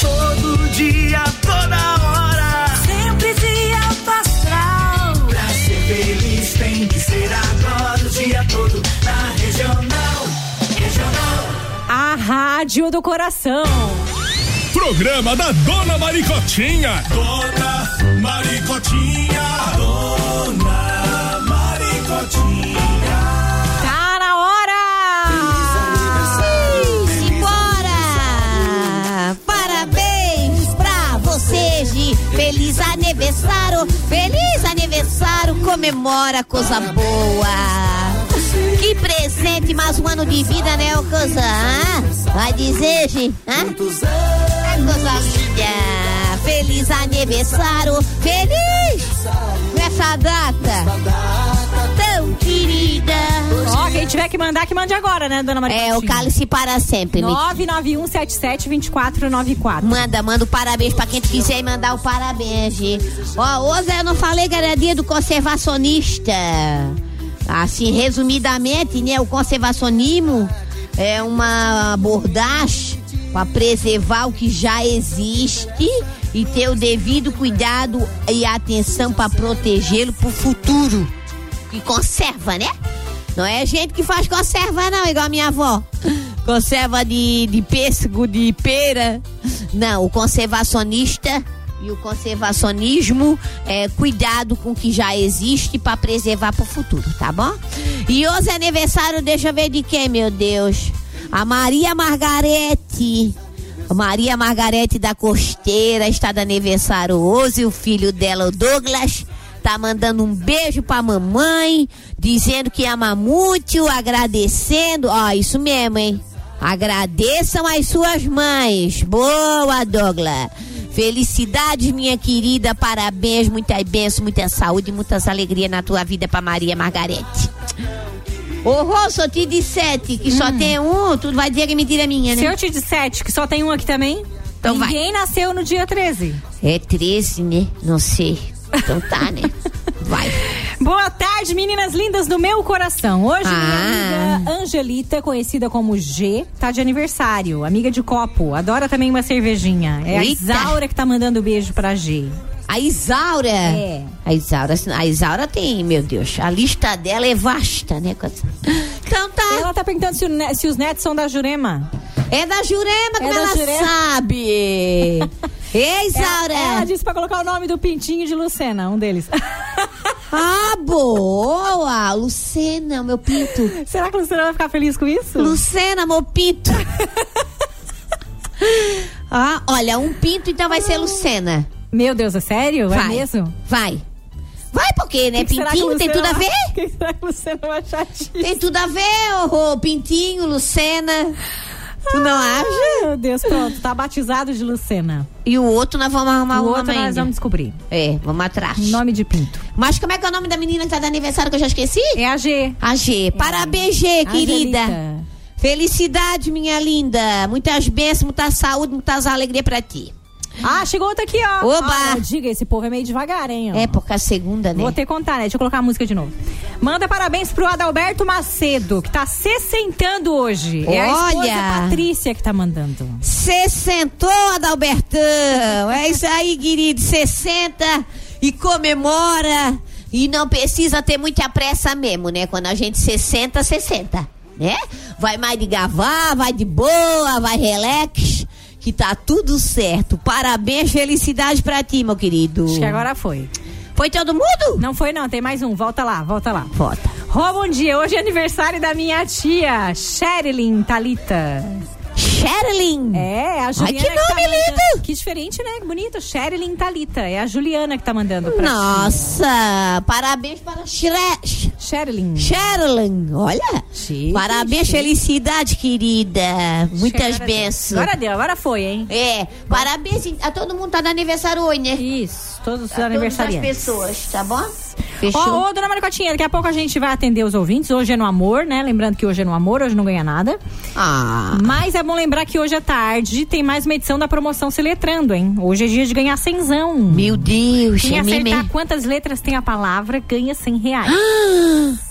[SPEAKER 6] Todo dia, toda hora. Sempre dia astral. Pra ser feliz tem que ser agora. O dia todo na regional. Regional.
[SPEAKER 2] A Rádio do Coração.
[SPEAKER 3] Programa da Dona Maricotinha. Dona Maricotinha. Dona Maricotinha.
[SPEAKER 2] Tá na hora!
[SPEAKER 4] Sim, simbora! Parabéns pra você, Gi! Feliz aniversário! Feliz aniversário! Comemora coisa boa! Que presente, mais um ano de vida, né, ô coisa? hã? Vai dizer, Gi? hã? Ai, coisa linda! Feliz aniversário! Feliz! Nessa data tão querida!
[SPEAKER 2] Ó, quem tiver que mandar, que mande agora, né, dona Maria?
[SPEAKER 4] É, o cálice para sempre.
[SPEAKER 2] 991772494.
[SPEAKER 4] Manda, manda o parabéns pra quem tu quiser e mandar o parabéns, Gi. Ó, hoje eu não falei que era dia do conservacionista. Assim, resumidamente, né, o conservacionismo é uma abordagem para preservar o que já existe e ter o devido cuidado e atenção para protegê-lo pro futuro. Que conserva, né? Não é gente que faz conserva, não, igual a minha avó. Conserva de, de pêssego, de pera. Não, o conservacionista e o conservacionismo é cuidado com o que já existe para preservar para o futuro, tá bom? E hoje é aniversário, deixa eu ver de quem, meu Deus. A Maria Margarete. Maria Margarete da Costeira está de aniversário hoje. O filho dela, o Douglas, tá mandando um beijo pra mamãe, dizendo que ama muito, agradecendo. Ó, isso mesmo, hein? Agradeçam as suas mães. Boa, Douglas. Felicidades, minha querida. Parabéns, muitas bênçãos, muita saúde, muitas alegrias na tua vida pra Maria Margarete. Ô, Rô, só te de sete, que só tem um, tu vai dizer que me tira minha, né?
[SPEAKER 2] Hum. Se eu te disser que só tem um aqui também,
[SPEAKER 4] Então vai.
[SPEAKER 2] ninguém nasceu no dia 13.
[SPEAKER 4] É 13, né? Não sei. Então tá, né? Vai.
[SPEAKER 2] Boa tarde, meninas lindas do meu coração. Hoje, minha
[SPEAKER 4] Ah.
[SPEAKER 2] amiga Angelita, conhecida como G, tá de aniversário. Amiga de copo. Adora também uma cervejinha. É
[SPEAKER 4] Eita.
[SPEAKER 2] a Isaura que tá mandando beijo pra G.
[SPEAKER 4] A Isaura?
[SPEAKER 2] É.
[SPEAKER 4] A Isaura, a Isaura tem, meu Deus, a lista dela é vasta, né? Então tá.
[SPEAKER 2] Ela tá perguntando se, o ne- se os netos são da Jurema.
[SPEAKER 4] É da Jurema, como
[SPEAKER 2] da
[SPEAKER 4] ela
[SPEAKER 2] Jurema. <laughs>
[SPEAKER 4] sabe? Ei, Isaura!
[SPEAKER 2] Ela, ela disse pra colocar o nome do pintinho de Lucena, um deles.
[SPEAKER 4] <laughs> Ah, boa! Lucena, meu pinto.
[SPEAKER 2] Será que a Lucena vai ficar feliz com isso?
[SPEAKER 4] Lucena, meu
[SPEAKER 2] <laughs>
[SPEAKER 4] pinto. ah, olha, um pinto então vai ser Lucena.
[SPEAKER 2] Meu Deus, é sério?
[SPEAKER 4] Vai.
[SPEAKER 2] É mesmo?
[SPEAKER 4] Vai. Vai porque, né?
[SPEAKER 2] Que que será que
[SPEAKER 4] pintinho tem tudo
[SPEAKER 2] Lucena
[SPEAKER 4] a
[SPEAKER 2] vai-
[SPEAKER 4] ver?
[SPEAKER 2] <laughs> que será que Lucena vai achar disso?
[SPEAKER 4] Tem tudo a ver, ô, ô, pintinho, Lucena. Tu não acha?
[SPEAKER 2] Ah, Meu Deus, pronto, tá batizado de Lucena.
[SPEAKER 4] E o outro nós vamos arrumar
[SPEAKER 2] o
[SPEAKER 4] uma
[SPEAKER 2] outro nós
[SPEAKER 4] ainda.
[SPEAKER 2] vamos descobrir.
[SPEAKER 4] É, vamos atrás.
[SPEAKER 2] Nome de pinto.
[SPEAKER 4] Mas como é que é o nome da menina que tá de aniversário que eu já esqueci?
[SPEAKER 2] É a G.
[SPEAKER 4] A G. Parabéns, G, querida.
[SPEAKER 2] Angelita.
[SPEAKER 4] Felicidade, minha linda. Muitas bênçãos, muita saúde, muitas alegrias pra ti.
[SPEAKER 2] Ah, chegou outra aqui, ó.
[SPEAKER 4] Oba!
[SPEAKER 2] Ah, não, diga, esse povo é meio devagar, hein? ó.
[SPEAKER 4] É, porque a segunda, né?
[SPEAKER 2] Vou ter que contar, né? Deixa eu colocar a música de novo. Manda parabéns pro Adalberto Macedo, que tá sessentando hoje. É a esposa
[SPEAKER 4] Olha!
[SPEAKER 2] Patrícia que tá mandando.
[SPEAKER 4] Você sentou, Adalbertão. É isso aí, querido. Você senta e comemora. E não precisa ter muita pressa mesmo, né? Quando a gente se senta, se senta, né? Vai mais de gavar, vai de boa, vai relax. Que tá tudo certo. Parabéns, felicidade pra ti, meu querido.
[SPEAKER 2] Acho que agora foi.
[SPEAKER 4] Foi todo mundo?
[SPEAKER 2] Não foi não, tem mais um. Volta lá, volta lá.
[SPEAKER 4] Volta.
[SPEAKER 2] Rô, bom dia. Hoje é aniversário da minha tia, Sherilyn Talita.
[SPEAKER 4] Sherilyn.
[SPEAKER 2] É, a
[SPEAKER 4] Ai,
[SPEAKER 2] Juliana.
[SPEAKER 4] que
[SPEAKER 2] tá
[SPEAKER 4] nome
[SPEAKER 2] mandando-
[SPEAKER 4] lindo.
[SPEAKER 2] Que diferente, né? Que bonito. Sherilyn Talita. É a Juliana que tá mandando pra
[SPEAKER 4] Nossa, parabéns para Shre...
[SPEAKER 2] ti. Sherilyn.
[SPEAKER 4] Sherilyn, olha.
[SPEAKER 2] Chique,
[SPEAKER 4] parabéns,
[SPEAKER 2] chique.
[SPEAKER 4] felicidade, querida. Muitas
[SPEAKER 2] Agora deu.
[SPEAKER 4] bênçãos.
[SPEAKER 2] Agora deu, agora foi, hein?
[SPEAKER 4] É, parabéns a todo mundo tá de aniversário hoje, né?
[SPEAKER 2] Isso, todos os
[SPEAKER 4] a todas as
[SPEAKER 2] aniversariantes.
[SPEAKER 4] pessoas, tá bom?
[SPEAKER 2] Ô,
[SPEAKER 4] Fechou?
[SPEAKER 2] ô, dona Maricotinha, daqui a pouco a gente vai atender os ouvintes. Hoje é no amor, né? Lembrando que hoje é no amor, hoje não ganha nada.
[SPEAKER 4] Ah,
[SPEAKER 2] Mas é bom lembrar que hoje à tarde tem mais uma edição da promoção Se Letrando, hein? Hoje é dia de ganhar cenzão.
[SPEAKER 4] meu Deus,
[SPEAKER 2] Quem
[SPEAKER 4] é
[SPEAKER 2] acertar
[SPEAKER 4] meme.
[SPEAKER 2] quantas letras tem a palavra ganha 100 reais.
[SPEAKER 4] <gasps>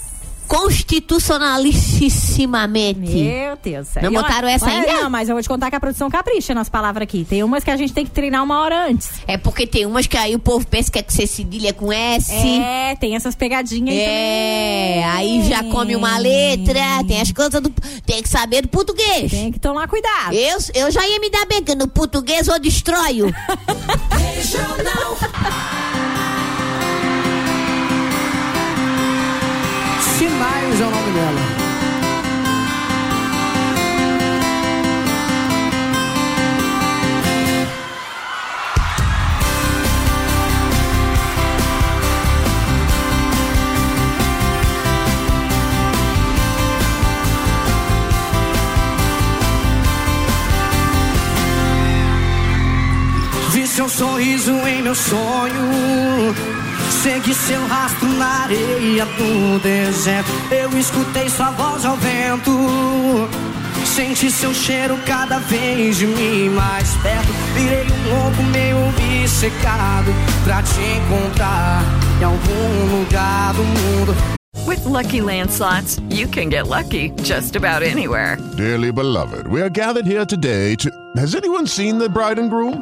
[SPEAKER 4] Constitucionalissimamente.
[SPEAKER 2] Meu Deus.
[SPEAKER 4] Não
[SPEAKER 2] E olha-
[SPEAKER 4] botaram essa
[SPEAKER 2] olha,
[SPEAKER 4] ainda?
[SPEAKER 2] Não, mas eu vou te contar que a produção capricha nas palavras aqui. Tem umas que a gente tem que treinar uma hora antes.
[SPEAKER 4] É porque tem umas que aí o povo pensa que é que você cedilha com S.
[SPEAKER 2] É, tem essas pegadinhas.
[SPEAKER 4] É,
[SPEAKER 2] também.
[SPEAKER 4] aí já come uma letra, tem as coisas do. Tem que saber do português.
[SPEAKER 2] Tem que tomar cuidado.
[SPEAKER 4] Eu, eu já ia me dar bem, que no português eu
[SPEAKER 2] <laughs>
[SPEAKER 4] destroio.
[SPEAKER 13] Sinais é o nome dela.
[SPEAKER 6] Vi seu sorriso em meu sonho. Segui seu rastro na areia do deserto. Eu escutei sua voz ao vento. Senti seu cheiro cada vez de mim mais perto. Virei um louco meio obcecado pra te encontrar em algum lugar do mundo.
[SPEAKER 1] With Lucky Land slots, you can get lucky just about anywhere.
[SPEAKER 14] Dearly beloved, we are gathered here today to. Has anyone seen the bride and groom?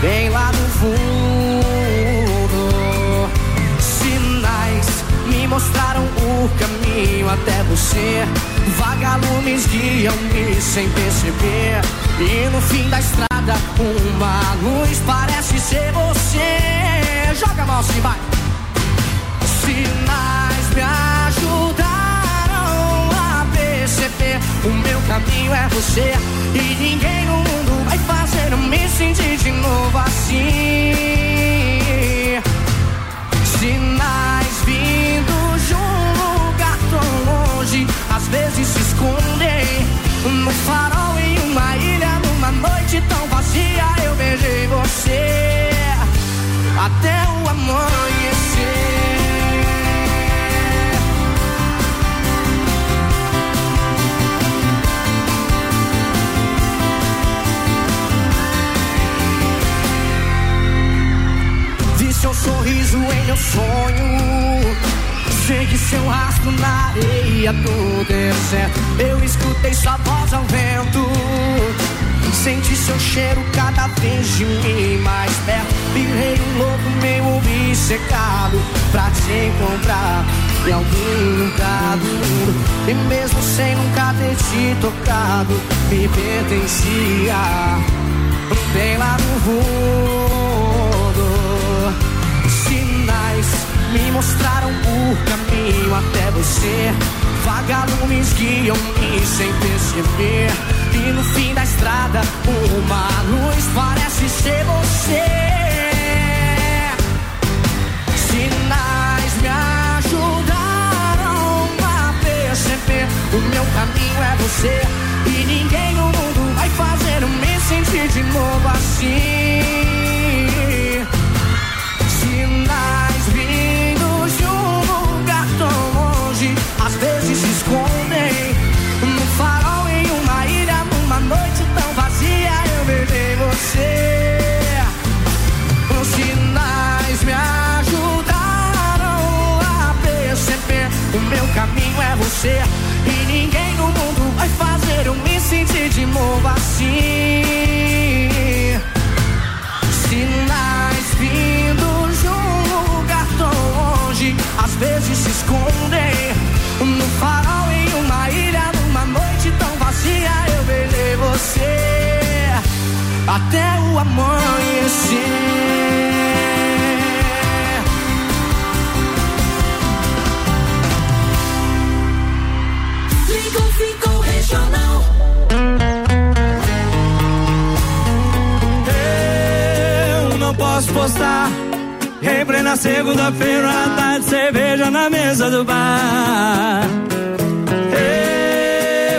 [SPEAKER 6] bem lá no fundo. Sinais me
[SPEAKER 15] mostraram o caminho até você. Vagalumes guiam-me sem perceber. E no fim da estrada, uma luz parece ser você. Joga a valsa e vai. Sinais me ajudaram a perceber. O meu caminho é você. E ninguém no mundo vai fazer eu me sentir de novo assim. Sinais vindos de um lugar tão longe Às vezes se escondem No farol em uma ilha Numa noite tão vazia Eu beijei você Até o amanhecer Vi seu um sorriso em meu sonho. Segui seu rastro na areia do deserto. Eu escutei sua voz ao vento. Senti seu cheiro cada vez de mim mais perto. Virei um louco meio obcecado pra te encontrar em algum lugar do mundo. E mesmo sem nunca ter te tocado, me pertencia bem lá no fundo. Sinais me mostraram o caminho até você. Vagalumes guiam-me sem perceber. E no fim da estrada, uma luz parece ser você. Sinais me ajudaram a perceber O meu caminho é você E ninguém no mundo vai fazer eu me sentir de novo assim Sinais vindos de um lugar tão longe Às vezes se escondem No farol em uma ilha Numa noite tão vazia Eu beijei você os sinais me ajudaram a perceber O meu caminho é você E ninguém no mundo vai fazer eu me sentir de novo assim Sinais vindos de um lugar tão longe Às vezes se escondem No farol em uma ilha Numa noite tão vazia Eu beijei você até o amanhecer.
[SPEAKER 16] Lincoln ficou regional.
[SPEAKER 17] Eu não posso postar em plena segunda-feira à tarde cerveja na mesa do bar.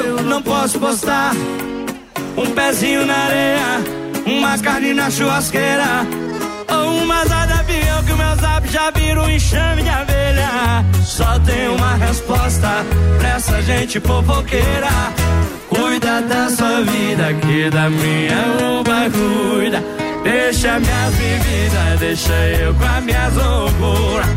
[SPEAKER 17] Eu não posso postar um pezinho na areia, uma carne na churrasqueira ou uma asa de avião que o meu zap já vira um enxame de abelha. Só tem uma resposta pra essa gente fofoqueira. Cuida da sua vida, que da minha não vai cuida. Deixa minhas bebidas, deixa eu com a minha loucuras.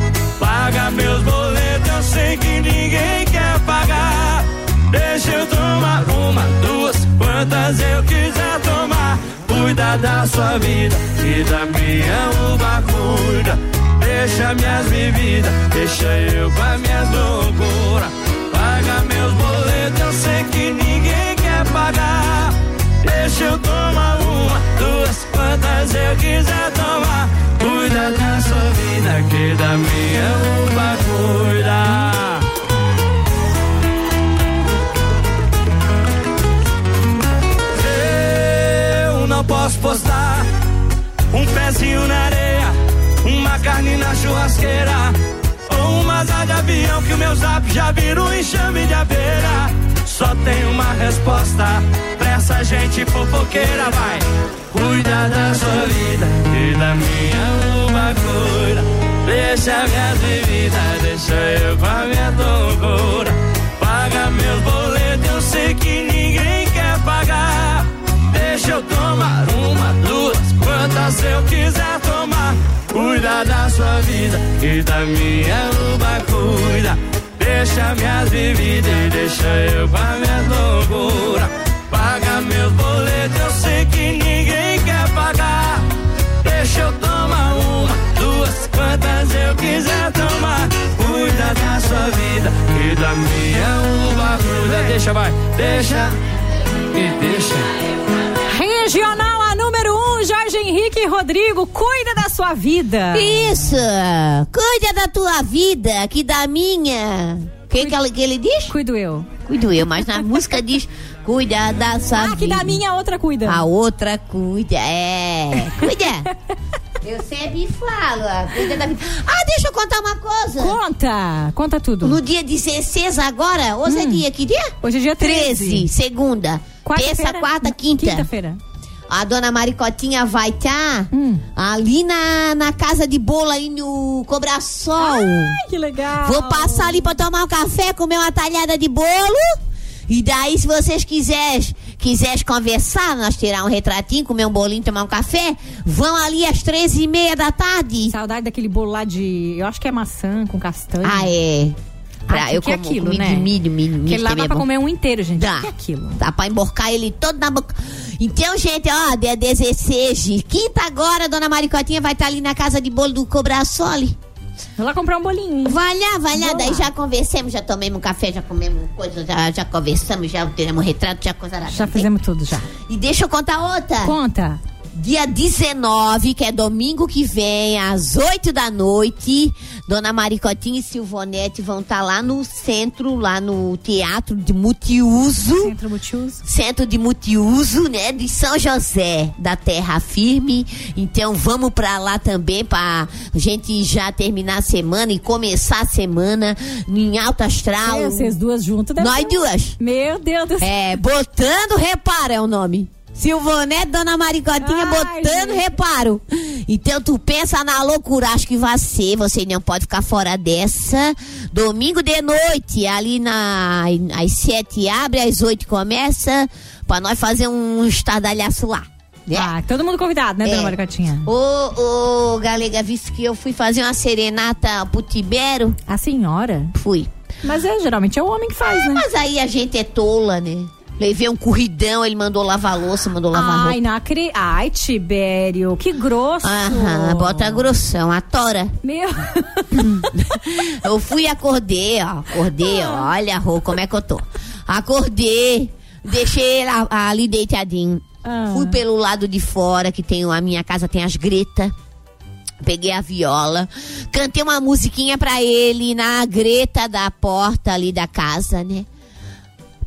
[SPEAKER 17] Paga meus boletos, eu sei que ninguém quer pagar. Deixa eu tomar uma, duas, quantas eu quiser tomar. Cuida da sua vida e da minha uma cuida. Deixa minhas bebidas, deixa eu com as minhas loucuras. Paga meus boletos, eu sei que ninguém quer pagar. Deixa eu tomar uma, duas, quantas eu quiser tomar. Cuida da sua vida, que da minha uma cuida. Eu não posso postar um pezinho na areia, uma carne na churrasqueira ou uma asa de avião que o meu zap já vira um enxame de abelha. Só tem uma resposta pra essa gente fofoqueira, vai. Cuida da sua vida e da minha uma cura. Deixa minhas bebidas, deixa eu com a minha loucura. Paga meus boletos, eu sei que ninguém quer pagar. Deixa eu tomar uma, duas, quantas eu quiser tomar. Cuida da sua vida e da minha uva cuida. Deixa minhas bebidas e deixa eu com a minha loucura. Paga meus boletos, eu sei que ninguém quer pagar. Deixa eu tomar uma, duas, quantas eu quiser tomar. Cuida da sua
[SPEAKER 6] deixa, vai. Deixa e deixa.
[SPEAKER 2] Regional a número 1, um, Jorge Henrique e Rodrigo, cuida da sua vida.
[SPEAKER 4] Isso! Cuida da tua vida, que da minha. O que, que, ele, que ele diz?
[SPEAKER 2] Cuido eu.
[SPEAKER 4] Cuido eu, mas na música diz cuida da sua
[SPEAKER 2] ah,
[SPEAKER 4] vida.
[SPEAKER 2] que da minha a outra cuida.
[SPEAKER 4] A outra cuida, é.
[SPEAKER 2] <laughs>
[SPEAKER 4] Cuida! eu sempre falo, ó, cuida da vida. Ah, deixa eu contar uma coisa.
[SPEAKER 2] Conta, conta tudo.
[SPEAKER 4] No dia 16 agora, hoje é dia, que dia?
[SPEAKER 2] Hoje é dia 13.
[SPEAKER 4] segunda,
[SPEAKER 2] Quarta
[SPEAKER 4] terça,
[SPEAKER 2] feira?
[SPEAKER 4] quarta, quinta.
[SPEAKER 2] Quinta-feira. Hum.
[SPEAKER 4] A dona Maricotinha vai estar ali na, na casa de bolo aí no Cobraçol.
[SPEAKER 2] Ai, que legal.
[SPEAKER 4] Vou passar ali pra tomar um café, comer uma talhada de bolo. E daí, se vocês quiseres, quiseres conversar, nós tirar um retratinho, comer um bolinho, tomar um café, vão ali às três e meia da tarde.
[SPEAKER 2] Saudade daquele bolo lá de. Eu acho que é maçã com castanha.
[SPEAKER 4] Ah, é. Pra,
[SPEAKER 2] Ah,
[SPEAKER 4] eu
[SPEAKER 2] que é
[SPEAKER 4] como
[SPEAKER 2] aquilo,
[SPEAKER 4] comi
[SPEAKER 2] né?
[SPEAKER 4] de milho, milho, milho.
[SPEAKER 2] Porque lá
[SPEAKER 4] também
[SPEAKER 2] dá
[SPEAKER 4] é
[SPEAKER 2] pra
[SPEAKER 4] bom.
[SPEAKER 2] comer um inteiro, gente.
[SPEAKER 4] Dá.
[SPEAKER 2] O que é aquilo?
[SPEAKER 4] Dá pra emborcar ele todo na boca. Então, gente, ó, dia 16 de quinta agora, dona Maricotinha vai estar ali na casa de bolo do Cobraçoli.
[SPEAKER 2] Vou lá comprar um bolinho.
[SPEAKER 4] Vai lá, vai lá,
[SPEAKER 2] Vou
[SPEAKER 4] daí
[SPEAKER 2] lá.
[SPEAKER 4] já conversemos, já tomemos um café, já comemos coisa, já, já conversamos, já tiramos retrato, já coisa né?
[SPEAKER 2] Já fizemos tudo, já.
[SPEAKER 4] E deixa eu contar outra.
[SPEAKER 2] Conta.
[SPEAKER 4] Dia 19, que é domingo que vem, às 8 da noite, Dona Maricotinha e Silvonete vão estar lá no centro, lá no Teatro de Multiuso.
[SPEAKER 2] Centro Multiuso.
[SPEAKER 4] Centro de Multiuso, né, de São José, da Terra Firme. Então vamos pra lá também pra gente já terminar a semana e começar a semana em alto astral.
[SPEAKER 2] É, vocês duas juntas deve
[SPEAKER 4] Nós
[SPEAKER 2] ser um-
[SPEAKER 4] duas.
[SPEAKER 2] Meu Deus do céu.
[SPEAKER 4] É, botando reparo é o nome. Silvonete, Dona Maricotinha,
[SPEAKER 2] Ai,
[SPEAKER 4] botando
[SPEAKER 2] gente.
[SPEAKER 4] reparo. Então tu pensa na loucura, acho que vai ser, você não pode ficar fora dessa. Domingo de noite, ali na, às sete abre, às oito começa, pra nós fazer um estardalhaço lá. Né?
[SPEAKER 2] Ah, todo mundo convidado, né,
[SPEAKER 4] É.
[SPEAKER 2] dona Maricotinha?
[SPEAKER 4] Ô, ô, Galega, visto que eu fui fazer uma serenata pro Tibério,
[SPEAKER 2] A senhora?
[SPEAKER 4] fui.
[SPEAKER 2] Mas é, geralmente é o homem que faz, né?
[SPEAKER 4] Mas aí a gente é tola, né? Levei um corridão, ele mandou lavar louça, mandou lavar roupa.
[SPEAKER 2] Ai, não acre... Ai, Tibério, que grosso.
[SPEAKER 4] Aham, bota grossão, a tora.
[SPEAKER 2] Meu.
[SPEAKER 4] <laughs> Eu fui e acordei, ó. Acordei, ó.
[SPEAKER 2] Ah.
[SPEAKER 4] Olha, Rô, como é que eu tô. Acordei, deixei ele a- ali deitadinho.
[SPEAKER 2] Ah.
[SPEAKER 4] Fui pelo lado de fora, que tem a minha casa, tem as gretas. Peguei a viola, cantei uma musiquinha pra ele na greta da porta ali da casa, né?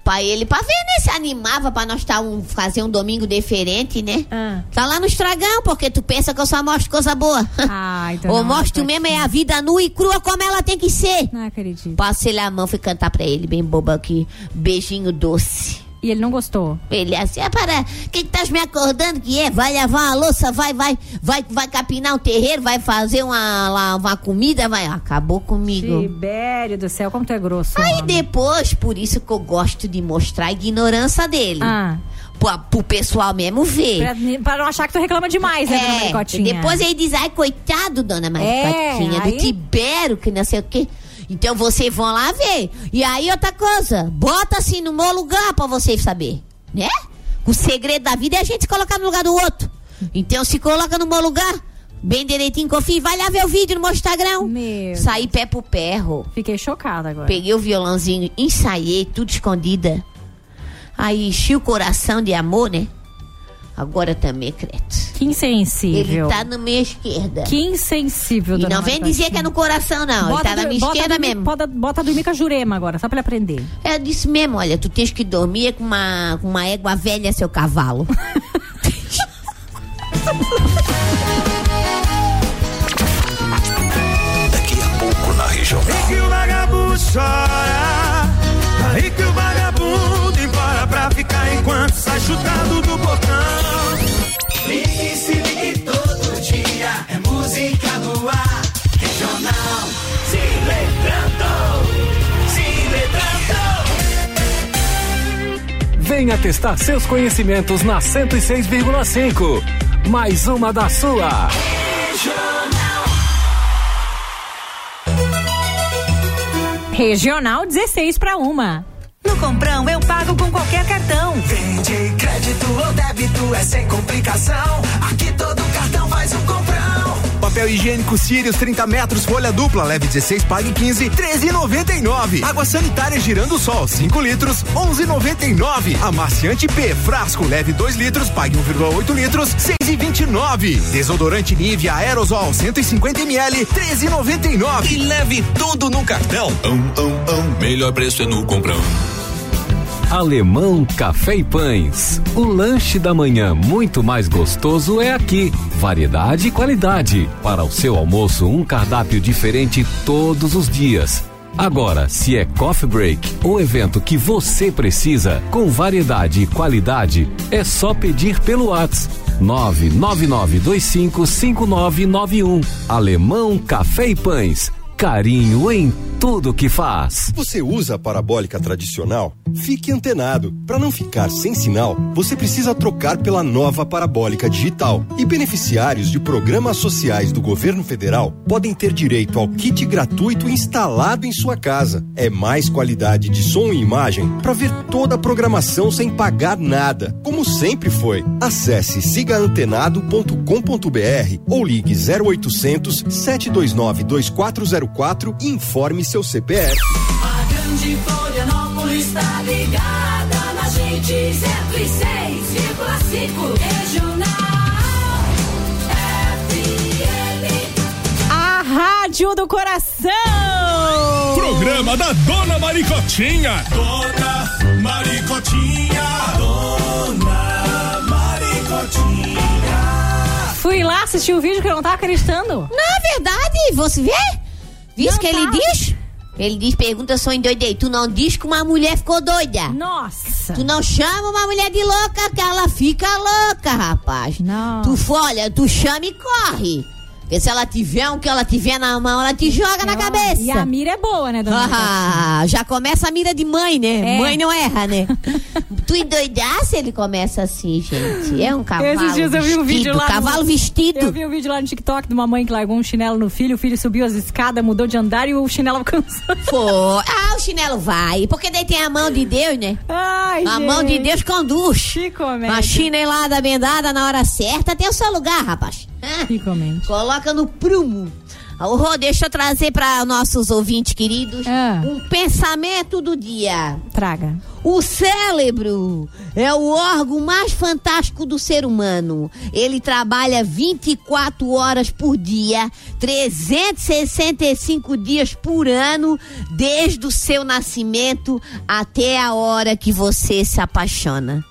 [SPEAKER 4] Pra ele, pra ver, né? Se animava pra nós tá um, fazer um domingo diferente, né?
[SPEAKER 2] Ah.
[SPEAKER 4] Tá lá no estragão, porque tu pensa que eu só mostro coisa boa.
[SPEAKER 2] Ai,
[SPEAKER 4] <laughs>
[SPEAKER 2] então
[SPEAKER 4] Ou
[SPEAKER 2] não,
[SPEAKER 4] mostro mesmo é a vida nua e crua como ela tem que ser.
[SPEAKER 2] Não acredito.
[SPEAKER 4] Passei-lhe a mão, fui cantar pra ele, bem boba aqui. Beijinho doce.
[SPEAKER 2] E ele não gostou.
[SPEAKER 4] Ele assim, é para, quem que estás me acordando que é? Vai lavar uma louça, vai, vai, vai, vai capinar um terreiro, vai fazer uma, lá, uma comida, vai. Acabou comigo.
[SPEAKER 2] Tibério do céu, como tu é grosso.
[SPEAKER 4] Aí
[SPEAKER 2] homem.
[SPEAKER 4] depois, por isso que eu gosto de mostrar a ignorância dele.
[SPEAKER 2] Ah.
[SPEAKER 4] Pra- pro pessoal mesmo ver. É,
[SPEAKER 2] Pra, pra não achar que tu reclama demais, né, dona Maricotinha?
[SPEAKER 4] Depois ele diz, ai, coitado, dona Maricotinha,
[SPEAKER 2] É,
[SPEAKER 4] do
[SPEAKER 2] aí-
[SPEAKER 4] Tibério, que não sei o quê. Então vocês vão lá ver. E aí, outra coisa, bota assim no meu lugar pra vocês saber, né? O segredo da vida é a gente se colocar no lugar do outro. Então se coloca no meu lugar, bem direitinho, confia, e vai lá ver o vídeo no meu Instagram.
[SPEAKER 2] Meu.
[SPEAKER 4] Saí pé pro perro.
[SPEAKER 2] Fiquei chocada agora.
[SPEAKER 4] Peguei o violãozinho, ensaiei, tudo escondida. Aí enchi o coração de amor, né? Agora também, credo.
[SPEAKER 2] Que
[SPEAKER 4] Ele
[SPEAKER 2] insensível.
[SPEAKER 4] tá na minha esquerda.
[SPEAKER 2] Que insensível,
[SPEAKER 4] E
[SPEAKER 2] dona
[SPEAKER 4] não vem dizer que é no coração, não. ele tá na minha esquerda
[SPEAKER 2] dormir,
[SPEAKER 4] mesmo. É,
[SPEAKER 2] Bota, bota dormir com a Jurema agora, só pra ele aprender.
[SPEAKER 4] Eu disse mesmo, olha, tu tens que dormir com uma, com uma égua velha, seu cavalo.
[SPEAKER 2] <laughs>
[SPEAKER 8] Daqui a pouco na Regional.
[SPEAKER 6] E que o vagabundo chora, aí que o vagabundo embora pra ficar enquanto sai chutado do portão. Ligue e se ligue todo dia, é música no ar. Regional, se letrando, se letrando.
[SPEAKER 10] Venha testar seus conhecimentos na 106,5. Mais uma da sua.
[SPEAKER 2] Regional 16 pra uma.
[SPEAKER 18] No Comprão eu pago com qualquer cartão. Vem de crédito ou débito, é sem complicação. Aqui todo cartão faz um comprão.
[SPEAKER 6] Pop
[SPEAKER 19] Papel higiênico Sirius 30 metros, folha dupla, leve 16, pague 15, 13,99. Água sanitária girando sol, 5 litros, 11,99. Amaciante P, frasco, leve 2 litros, pague 1,8 litros, 6,29. Desodorante Nivea Aerosol 150 ml, 13,99.
[SPEAKER 20] E leve tudo no cartão. Um, um, um. Melhor preço é no comprão.
[SPEAKER 10] Alemão Café e Pães. O lanche da manhã muito mais gostoso é aqui. Variedade e qualidade. Para o seu almoço, um cardápio diferente todos os dias. Agora, se é coffee break ou evento que você precisa, com variedade e qualidade, é só pedir pelo Whats 999255991. Alemão Café e Pães carinho em tudo que faz.
[SPEAKER 21] Você usa a parabólica tradicional? Fique antenado. Para não ficar sem sinal, você precisa trocar pela nova parabólica digital. E beneficiários de programas sociais do governo federal podem ter direito ao kit gratuito instalado em sua casa. É mais qualidade de som e imagem para ver toda a programação sem pagar nada, como sempre foi. Acesse sigaantenado.com.br ou ligue 0800 729 2404 04 e informe seu CPF.
[SPEAKER 16] A grande Florianópolis tá ligada na gente 106,5 regional FM.
[SPEAKER 2] A Rádio do Coração.
[SPEAKER 3] Programa da Dona Maricotinha. Dona Maricotinha. Dona Maricotinha.
[SPEAKER 2] Fui lá assistir o vídeo que eu não tava acreditando.
[SPEAKER 4] Na é verdade, você vê? Diz não que ele tá. diz? Ele diz, pergunta só em doidei. Tu não diz que uma mulher ficou doida?
[SPEAKER 2] Nossa!
[SPEAKER 4] Tu não chama uma mulher de louca que ela fica louca, rapaz.
[SPEAKER 2] Não.
[SPEAKER 4] Tu olha, tu chama e corre. Porque se ela tiver um que ela tiver na mão, ela te joga não. na cabeça.
[SPEAKER 2] E a mira é boa, né, dona?
[SPEAKER 4] Ah, já começa a mira de mãe, né? É. Mãe não erra,
[SPEAKER 2] <laughs>
[SPEAKER 4] né? tu endoidasse, ele começa assim, gente. É um cavalo
[SPEAKER 2] Esses dias eu vi um
[SPEAKER 4] vestido,
[SPEAKER 2] vídeo lá.
[SPEAKER 4] Cavalo
[SPEAKER 2] no,
[SPEAKER 4] vestido.
[SPEAKER 2] Eu vi um vídeo lá no TikTok de uma mãe que largou um chinelo no filho, o filho subiu as escadas, mudou de andar e o chinelo <laughs> alcançou.
[SPEAKER 4] Pô, ah, o chinelo vai. Porque daí tem a mão de Deus, né?
[SPEAKER 2] Ai,
[SPEAKER 4] a
[SPEAKER 2] gente.
[SPEAKER 4] mão de Deus conduz.
[SPEAKER 2] Chico,
[SPEAKER 4] Uma chinelada bendada na hora certa tem o seu lugar, rapaz.
[SPEAKER 2] Ah, Chico, man.
[SPEAKER 4] coloca no prumo. Ô, Rô, deixa eu trazer para nossos ouvintes queridos
[SPEAKER 2] ah.
[SPEAKER 4] um pensamento do dia.
[SPEAKER 2] Traga.
[SPEAKER 4] O cérebro é o órgão mais fantástico do ser humano. Ele trabalha 24 horas por dia, 365 dias por ano, desde o seu nascimento até a hora que você se apaixona.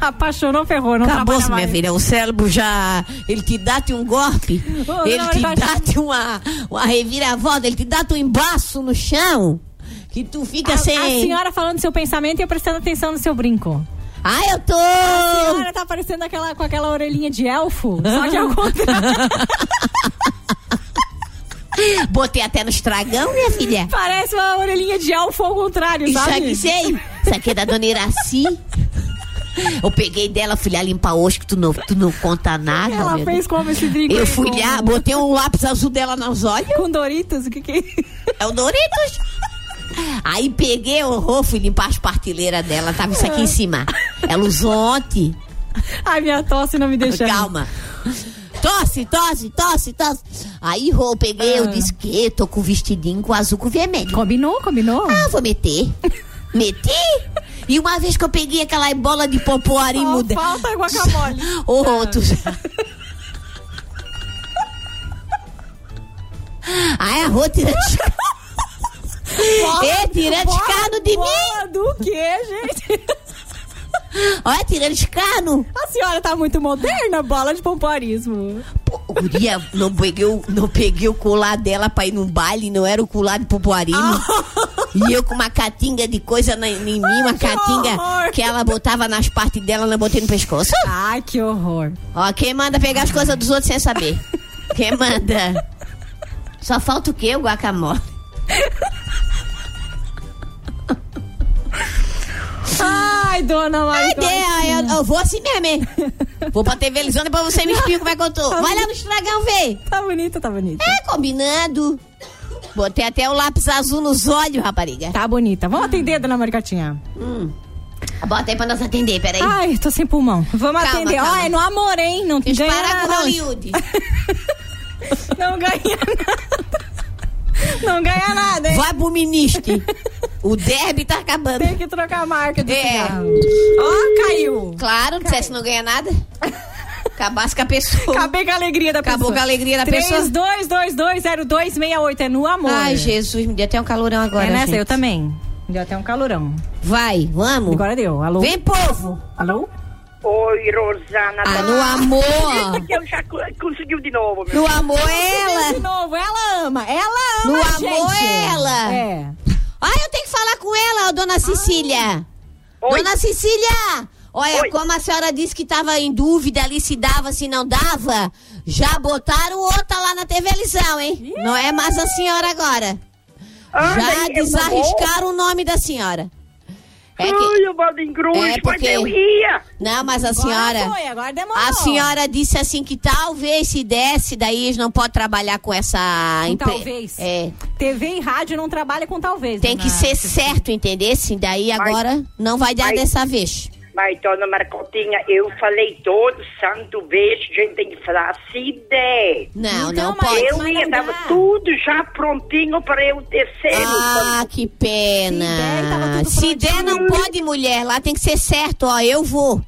[SPEAKER 2] Apaixonou, ferrou, não
[SPEAKER 4] Acabou
[SPEAKER 2] trabalha
[SPEAKER 4] minha
[SPEAKER 2] mais.
[SPEAKER 4] filha. O cérebro já. Ele te dá -te um golpe.
[SPEAKER 2] Ô,
[SPEAKER 4] ele
[SPEAKER 2] <laughs> não,
[SPEAKER 4] te
[SPEAKER 2] ele
[SPEAKER 4] dá -te uma, uma reviravolta. Ele te dá -te um embaço no chão. Que tu fica
[SPEAKER 2] A,
[SPEAKER 4] sem.
[SPEAKER 2] a senhora falando seu pensamento e eu prestando atenção no seu brinco.
[SPEAKER 4] Ah, eu tô!
[SPEAKER 2] A senhora tá parecendo aquela, com aquela orelhinha de elfo,
[SPEAKER 4] <laughs>
[SPEAKER 2] só que ao contrário.
[SPEAKER 4] Botei até no estragão, minha filha.
[SPEAKER 2] Parece uma orelhinha de elfo ao contrário,
[SPEAKER 4] Isso
[SPEAKER 2] sabe?
[SPEAKER 4] aqui sei. Isso aqui é da dona Iraci. Eu peguei dela, fui lá limpar hoje, que tu não, tu não conta nada.
[SPEAKER 2] Ela
[SPEAKER 4] meu
[SPEAKER 2] fez
[SPEAKER 4] Deus.
[SPEAKER 2] como esse drink?
[SPEAKER 4] Eu fui lá, botei um lápis azul dela nos olhos.
[SPEAKER 2] Com Doritos, o que que é?
[SPEAKER 4] É o Doritos. Aí peguei o horror, fui limpar as partilheiras dela, tava isso aqui em cima. Ela usou ontem.
[SPEAKER 2] Ai, minha tosse não me deixa.
[SPEAKER 4] Calma. Tosse, tosse, tosse, tosse. Aí, Rô, peguei, eu disse que tô com vestidinho com azul com vermelho.
[SPEAKER 2] Ah. Combinou, combinou?
[SPEAKER 4] Ah, vou
[SPEAKER 2] <laughs>
[SPEAKER 4] meter. Meti? E uma vez que eu peguei aquela bola de popoari
[SPEAKER 2] Só
[SPEAKER 4] muda.
[SPEAKER 2] falta guacamole.
[SPEAKER 4] <laughs> Ô, Rô, tu
[SPEAKER 2] <laughs>
[SPEAKER 4] já- Ai, a Ah, é, Rô tirando
[SPEAKER 2] <laughs>
[SPEAKER 4] de ca- Ê, tirando de cano de mim!
[SPEAKER 2] Bola do que, gente?
[SPEAKER 4] Olha, tirando de cano!
[SPEAKER 2] A senhora tá muito moderna, bola de pompoarismo.
[SPEAKER 4] Pô, Guria, não peguei, o, não peguei o colar dela pra ir num baile, não era o colar de popoarinho.
[SPEAKER 2] Ah.
[SPEAKER 4] E eu com uma catinga de coisa na, em mim, uma catinga
[SPEAKER 2] horror.
[SPEAKER 4] que ela botava nas partes dela, ela botei no pescoço.
[SPEAKER 2] Ai, que horror.
[SPEAKER 4] Ó, quem manda pegar as coisas dos outros sem saber? Quem manda? Só falta o quê? O guacamole.
[SPEAKER 2] Ai, dona Maria.
[SPEAKER 4] Cadê? Ah, Eu, eu vou assim mesmo, hein? Vou pra TV Lisona, depois você me explica como é que eu tô. Vai lá no estragão, vê.
[SPEAKER 2] Tá bonita, tá bonita.
[SPEAKER 4] É, combinando. Botei até o lápis azul nos olhos, rapariga. Hum,
[SPEAKER 2] Tá bonita. Vamos atender, dona Maricotinha.
[SPEAKER 4] Bota aí pra nós atender, peraí.
[SPEAKER 2] Ai, tô sem pulmão. Vamos
[SPEAKER 4] Calma,
[SPEAKER 2] atender. Ó,
[SPEAKER 4] calma.
[SPEAKER 2] é no amor, hein? Não tem
[SPEAKER 4] Eles pararam com
[SPEAKER 2] nada.
[SPEAKER 4] Hollywood.
[SPEAKER 2] <laughs> Não ganha nada. Não ganha nada, hein?
[SPEAKER 4] Vai pro ministro.
[SPEAKER 2] <laughs>
[SPEAKER 4] O derby tá acabando.
[SPEAKER 2] Tem que trocar a marca do
[SPEAKER 4] É.
[SPEAKER 2] cigarro. Ó, caiu.
[SPEAKER 4] Claro, não dissesse não ganha nada. Acabasse com a pessoa.
[SPEAKER 2] Acabei com a alegria da
[SPEAKER 4] Acabou
[SPEAKER 2] pessoa.
[SPEAKER 4] com a alegria da pessoa.
[SPEAKER 2] 32220268 é no amor.
[SPEAKER 4] Ai, Jesus, me deu até um calorão agora.
[SPEAKER 2] É nessa,
[SPEAKER 4] gente.
[SPEAKER 2] eu também. Deu até um calorão.
[SPEAKER 4] Vai, vamos.
[SPEAKER 2] Agora deu. Alô?
[SPEAKER 4] Vem, povo.
[SPEAKER 2] Alô?
[SPEAKER 22] Oi, Rosana. tá?
[SPEAKER 4] Ah, no
[SPEAKER 22] <laughs>
[SPEAKER 4] amor.
[SPEAKER 22] Eu já co- conseguiu de novo. meu
[SPEAKER 4] No
[SPEAKER 22] filho.
[SPEAKER 4] amor,
[SPEAKER 2] De
[SPEAKER 4] ela.
[SPEAKER 2] novo, ela ama. Ela ama,
[SPEAKER 4] No
[SPEAKER 2] gente.
[SPEAKER 4] amor, ela.
[SPEAKER 2] É.
[SPEAKER 4] Ah, eu tenho que falar com ela, ó, dona Cecília. Dona Cecília! Olha, como a senhora disse que estava em dúvida ali se dava, se não dava, já botaram outra lá na TV Lição, hein? Não é mais a senhora agora.
[SPEAKER 22] Ah,
[SPEAKER 4] já
[SPEAKER 22] daí eu não vou.
[SPEAKER 4] desarriscaram o nome da senhora. É que-
[SPEAKER 22] Ai, eu mando em cruz,
[SPEAKER 4] É
[SPEAKER 22] mas
[SPEAKER 4] porque-
[SPEAKER 22] eu ria.
[SPEAKER 4] Não, mas a
[SPEAKER 2] Agora
[SPEAKER 4] senhora.
[SPEAKER 2] foi, agora demorou.
[SPEAKER 4] A senhora disse assim que talvez se desse, daí eles não podem trabalhar com essa...
[SPEAKER 2] Com
[SPEAKER 4] empre-
[SPEAKER 2] talvez.
[SPEAKER 4] É,
[SPEAKER 2] TV e rádio não trabalha com talvez. né?
[SPEAKER 4] tem
[SPEAKER 2] dona
[SPEAKER 4] que ser
[SPEAKER 2] Cecília.
[SPEAKER 4] certo, entendeu? Sim, daí agora não vai dar
[SPEAKER 22] mas-
[SPEAKER 4] dessa vez.
[SPEAKER 22] Mas, dona Marcotinha, eu falei todo santo beijo, a gente tem que falar se der.
[SPEAKER 4] Não,
[SPEAKER 2] Então,
[SPEAKER 4] não
[SPEAKER 2] mas-
[SPEAKER 4] pode.
[SPEAKER 22] Eu
[SPEAKER 2] mas
[SPEAKER 22] ia,
[SPEAKER 2] não
[SPEAKER 22] tava
[SPEAKER 2] dá.
[SPEAKER 22] tudo já prontinho pra eu descer.
[SPEAKER 4] Ah, que
[SPEAKER 2] der, tava
[SPEAKER 4] pena.
[SPEAKER 2] tudo
[SPEAKER 4] Se der,
[SPEAKER 2] prontinho.
[SPEAKER 4] não pode, mulher. Lá tem que ser certo, ó. Eu vou.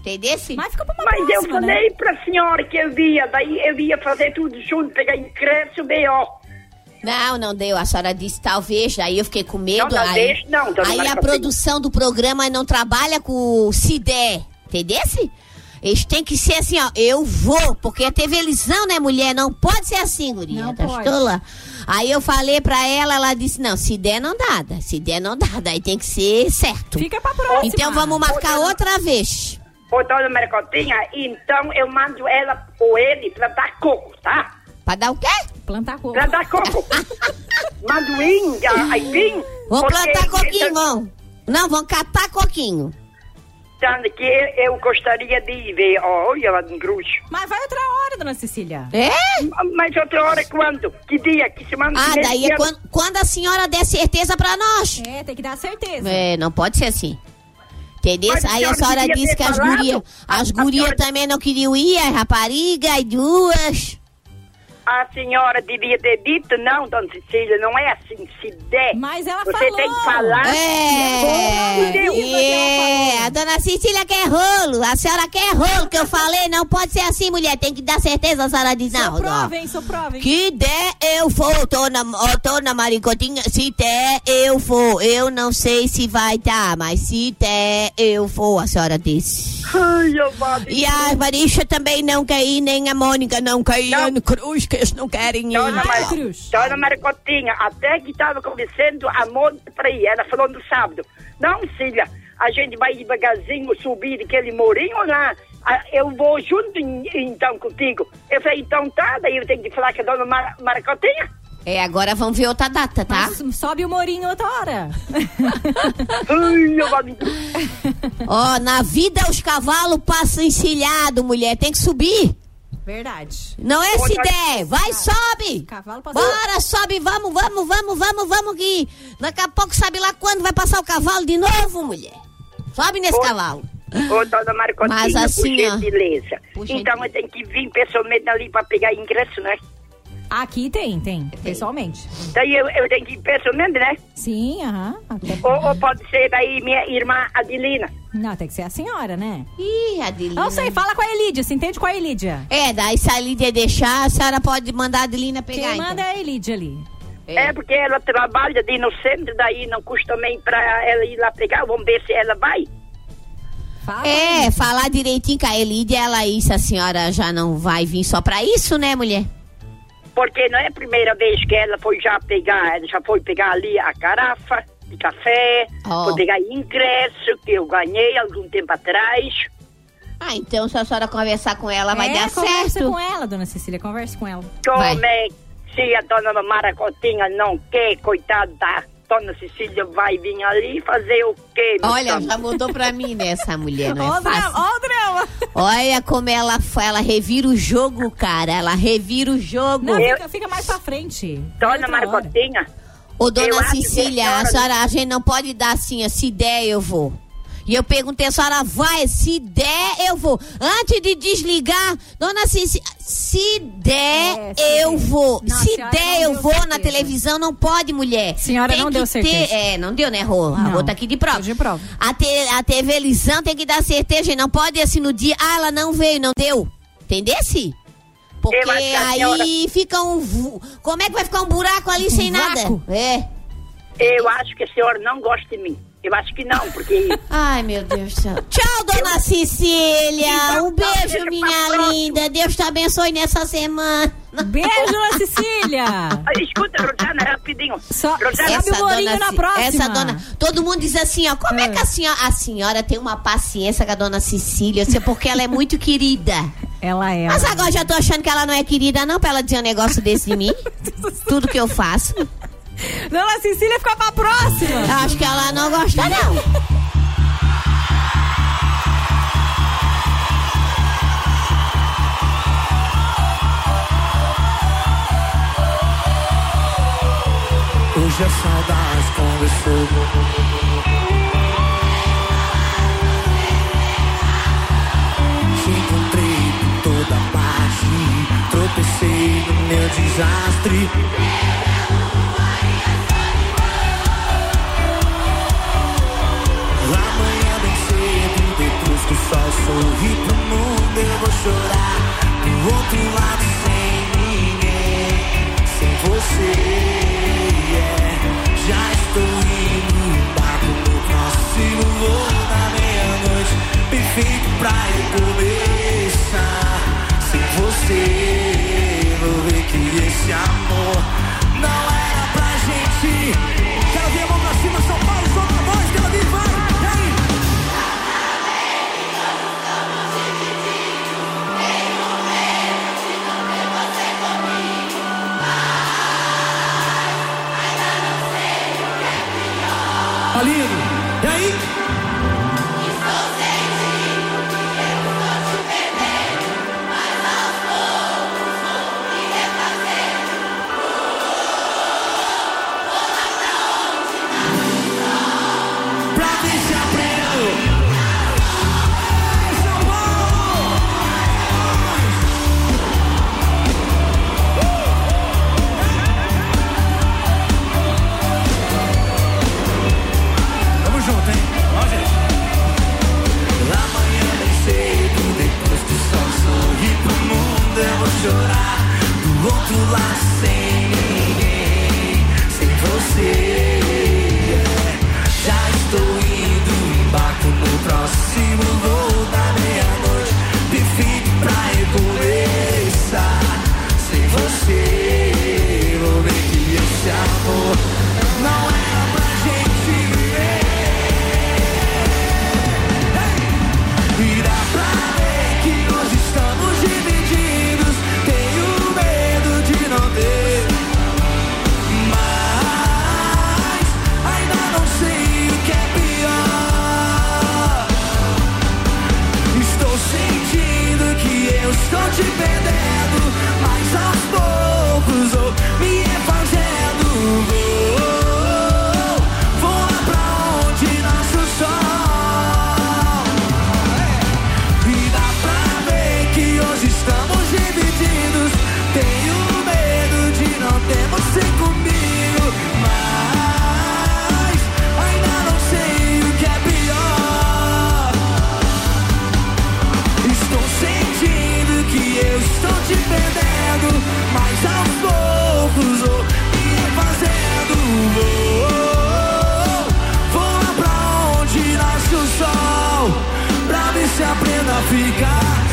[SPEAKER 4] Entendeu?
[SPEAKER 2] Mas fica pra uma
[SPEAKER 22] Mas eu
[SPEAKER 2] próxima, né?
[SPEAKER 22] falei pra senhora que eu ia, daí eu ia fazer tudo junto, pegar ingresso, B.O.
[SPEAKER 4] Não, não deu. A senhora disse talvez. Aí eu fiquei com medo.
[SPEAKER 22] Não, não,
[SPEAKER 4] aí
[SPEAKER 22] deixa, não, dona
[SPEAKER 4] aí a
[SPEAKER 22] Marcos.
[SPEAKER 4] produção do programa não trabalha com se der. Entendeu? Eles têm que ser assim, ó. Eu vou. Porque é TV Lisão, né, mulher? Não pode ser assim, guria.
[SPEAKER 2] Não
[SPEAKER 4] tá
[SPEAKER 2] pode.
[SPEAKER 4] estola? Aí eu falei pra ela, ela disse, não, se der, não dá. Se der, não dá. Daí tem que ser certo.
[SPEAKER 2] Fica pra próxima.
[SPEAKER 4] Então vamos marcar outra vez.
[SPEAKER 22] Ô, dona Marcotinha, então eu mando ela ou ele plantar coco, tá?
[SPEAKER 4] Pra dar o quê?
[SPEAKER 2] Plantar coco. <laughs>
[SPEAKER 22] Plantar coco. mando inga, aipim.
[SPEAKER 4] Vão
[SPEAKER 22] porque-
[SPEAKER 4] plantar coquinho, vão. Não, vão catar coquinho.
[SPEAKER 22] Tanto que eu gostaria de ver, ó, olha lá no gruxo.
[SPEAKER 2] Mas vai outra hora, dona Cecília.
[SPEAKER 4] É?
[SPEAKER 22] Mas outra hora é quando? Que dia? Que semana?
[SPEAKER 4] Ah,
[SPEAKER 22] que mês,
[SPEAKER 4] daí
[SPEAKER 22] que
[SPEAKER 4] é
[SPEAKER 22] ano?
[SPEAKER 4] quando, quando a senhora der certeza pra nós.
[SPEAKER 2] É, tem que dar certeza.
[SPEAKER 4] É, não pode ser assim. Entendeu?
[SPEAKER 22] Mas a
[SPEAKER 4] Aí a
[SPEAKER 22] senhora
[SPEAKER 4] senhora
[SPEAKER 22] queria
[SPEAKER 4] disse
[SPEAKER 22] ter
[SPEAKER 4] que as
[SPEAKER 22] falado?
[SPEAKER 4] gurias as
[SPEAKER 22] A- a
[SPEAKER 4] guria
[SPEAKER 22] senhora-
[SPEAKER 4] também não queriam ir, as raparigas, as duas.
[SPEAKER 22] A senhora devia ter dito, não, dona Cecília, não é assim. Se der,
[SPEAKER 2] Mas ela
[SPEAKER 22] você
[SPEAKER 2] falou.
[SPEAKER 22] tem que falar.
[SPEAKER 4] É,
[SPEAKER 22] Meu Deus.
[SPEAKER 4] é, a dona Cecília quer rolo, a senhora quer rolo, que eu falei, não pode ser assim, mulher, tem que dar certeza, a senhora diz, não,
[SPEAKER 2] Sou
[SPEAKER 4] não.
[SPEAKER 2] prova, hein? Sou prova, hein?
[SPEAKER 4] Que der eu for, dona, ó, dona Maricotinha, se der eu for, eu não sei se vai dar, mas se der eu for, a senhora disse.
[SPEAKER 22] Ai, eu bato.
[SPEAKER 4] E a Marisha também não quer ir, nem a Mônica não quer ir,
[SPEAKER 22] Não.
[SPEAKER 4] Ana Cruz, que eles não querem ir.
[SPEAKER 22] Dona,
[SPEAKER 2] Ai,
[SPEAKER 22] Mar...
[SPEAKER 2] Cruz.
[SPEAKER 22] Dona Então, Maricotinha, até que estava conversando a moça para ir, ela falou no sábado. Não, filha, a gente vai devagarzinho subir aquele murinho lá. Ah, Eu vou junto em- então contigo. Eu falei, então tá, daí eu tenho que falar com a dona Mar Maricotinha.
[SPEAKER 4] É, agora vamos ver outra data, tá?
[SPEAKER 2] Mas sobe o Mourinho outra hora.
[SPEAKER 22] Ai, eu bato.
[SPEAKER 4] <laughs> Ó, na vida os cavalos passam encilhado, mulher, tem que subir.
[SPEAKER 2] Verdade.
[SPEAKER 4] Não é se der, vai, sobe.
[SPEAKER 2] Cavalo passou.
[SPEAKER 4] Bora, sobe, vamos, vamos, vamos, vamos, vamos, que daqui a pouco sabe lá quando vai passar o cavalo de novo, mulher. Sobe nesse
[SPEAKER 22] Ô,
[SPEAKER 4] cavalo.
[SPEAKER 22] Ô, dona Maricotinha,
[SPEAKER 4] Mas assim, ó.
[SPEAKER 22] por gentileza.
[SPEAKER 4] Por gentileza.
[SPEAKER 22] Então eu tenho que vir pessoalmente ali para pegar ingresso, né?
[SPEAKER 2] Aqui tem, tem. Pessoalmente.
[SPEAKER 22] Daí eu, eu tenho que ir pessoalmente, né?
[SPEAKER 2] Sim, aham. Até-
[SPEAKER 22] Ou, ou pode ser daí minha irmã Adelina.
[SPEAKER 2] Não, tem que ser a senhora, né?
[SPEAKER 4] Ih, Adelina.
[SPEAKER 2] Não sei, fala com é a Elídia. Se entende com a Elídia.
[SPEAKER 4] É, daí se a Lídia deixar, a senhora pode mandar a Adelina pegar.
[SPEAKER 2] Quem
[SPEAKER 4] então.
[SPEAKER 2] manda é a Elídia ali.
[SPEAKER 22] É. porque ela trabalha de no centro, daí não custa também pra ela ir lá pegar. Vamos ver se ela vai.
[SPEAKER 2] Fala.
[SPEAKER 4] É, falar direitinho com a Elídia, ela isso, a senhora já não vai vir só pra isso, né, mulher?
[SPEAKER 22] Porque não é a primeira vez que ela foi já pegar, ela já foi pegar ali a carafa de café,
[SPEAKER 4] Ó.
[SPEAKER 22] foi pegar ingresso que eu ganhei algum tempo atrás.
[SPEAKER 4] Ah, então se a senhora conversar com ela, vai
[SPEAKER 2] É,
[SPEAKER 4] dar
[SPEAKER 2] conversa
[SPEAKER 4] certo.
[SPEAKER 2] com ela, dona Cecília. Converse com ela.
[SPEAKER 22] Como
[SPEAKER 4] Vai.
[SPEAKER 22] é se a dona Maracotinha não quer, coitada da dona Cecília, vai vir ali fazer o quê? meu
[SPEAKER 4] Olha,
[SPEAKER 22] santo?
[SPEAKER 4] já mudou pra mim, né, essa mulher, não
[SPEAKER 2] Ó
[SPEAKER 4] é
[SPEAKER 2] o drama,
[SPEAKER 4] fácil.
[SPEAKER 2] ó o drama.
[SPEAKER 4] Olha como ela fa- ela revira o jogo, cara. Ela revira o jogo.
[SPEAKER 2] Não,
[SPEAKER 22] Eu-
[SPEAKER 2] fica, fica mais pra frente.
[SPEAKER 22] dona
[SPEAKER 2] Outra hora.
[SPEAKER 22] Maracotinha.
[SPEAKER 4] Ô,
[SPEAKER 22] eu
[SPEAKER 4] dona
[SPEAKER 22] acho que a
[SPEAKER 4] Cecília, a
[SPEAKER 22] senhora-
[SPEAKER 4] senhora, a gente não pode dar assim, ó, se der, eu vou. E eu perguntei, a senhora vai? Se der, eu vou. Antes de desligar, dona Cici, se der,
[SPEAKER 2] É,
[SPEAKER 4] eu
[SPEAKER 2] sim.
[SPEAKER 4] vou.
[SPEAKER 2] Não, a
[SPEAKER 4] se
[SPEAKER 2] senhora
[SPEAKER 4] der,
[SPEAKER 2] não
[SPEAKER 4] eu
[SPEAKER 2] deu
[SPEAKER 4] vou. Na
[SPEAKER 2] certeza.
[SPEAKER 4] televisão não pode, mulher.
[SPEAKER 2] Senhora
[SPEAKER 4] Tem
[SPEAKER 2] não
[SPEAKER 4] que
[SPEAKER 2] deu
[SPEAKER 4] ter-
[SPEAKER 2] certeza.
[SPEAKER 4] É, não deu, né, Rô? A Rô tá aqui de prova. De prova. A, te- a televisão tem que dar certeza, e não pode assim no dia, ah, ela não veio, não deu. Entendesse? Porque
[SPEAKER 22] Eu acho que a senhora-
[SPEAKER 4] aí fica um. vu- Como é que vai ficar um buraco ali sem nada? É.
[SPEAKER 22] Eu acho que a senhora não gosta de mim. Eu acho que não,
[SPEAKER 4] <laughs>
[SPEAKER 22] porque.
[SPEAKER 4] Ai, meu Deus do céu. Tchau, dona Cecília. Um beijo, minha linda. Deus te abençoe nessa semana.
[SPEAKER 2] Beijo, dona Cecília.
[SPEAKER 22] Escuta, Rosana, rapidinho.
[SPEAKER 2] Só,
[SPEAKER 22] Rosana,
[SPEAKER 2] sobe o Mourinho na
[SPEAKER 4] Ci-
[SPEAKER 2] próxima. Ah.
[SPEAKER 4] Essa dona. Todo mundo diz assim, ó. Como é, que a senhora. A senhora tem uma paciência com a dona Cecília? Isso é porque ela é muito querida.
[SPEAKER 2] Ela é.
[SPEAKER 4] Mas agora já tô achando que ela não é querida, não, pra ela dizer um negócio desse de
[SPEAKER 2] <laughs>
[SPEAKER 4] mim. Tudo que eu faço.
[SPEAKER 2] Dona Cecília fica pra próxima.
[SPEAKER 4] Acho que ela não gosta, não.
[SPEAKER 16] Hoje é a saudade conversou. Te encontrei por toda parte, tropecei no meu desastre. Amanhã bem cedo, depois que o sol sorri pro mundo, eu vou chorar pro outro lado sem ninguém, sem você. é. Já estou indo embarco no próximo voo da meia-noite, perfeito pra eu começar. Sem você, vou ver que esse amor não era pra gente. Quero ver a mão pra cima, São Paulo, só pra voz, Tel Aviv, vai! E aí? Aline, e aí? Pra mim se aprendo. Ai, São Paulo! Tamo junto, hein? Ó, gente. Amanhã bem cedo, é depois que o sol sorri pro mundo, eu vou chorar do outro lado sem ninguém, sem você. É, Já estou indo, embarco no próximo voo da meia-noite, perfeito pra recomeçar. Sem você, vou ver que esse amor não é era pra gente viver. E dá pra ver que hoje estamos divididos. Tenho medo de não ter mais. Ainda não sei o que é pior. Estou sentindo que eu estou te perdendo, mas aos poucos vou me refazendo. Vou, vou lá pra onde nasce o sol. E dá pra ver que hoje estamos divididos. Tenho medo de não ter você comigo. Mas ainda não sei o que é pior. Estou sentindo que eu estou te perdendo. Mas aos poucos vou me refazendo. Vou, vou lá pra onde nasce o sol. Pra ver se aprenda a ficar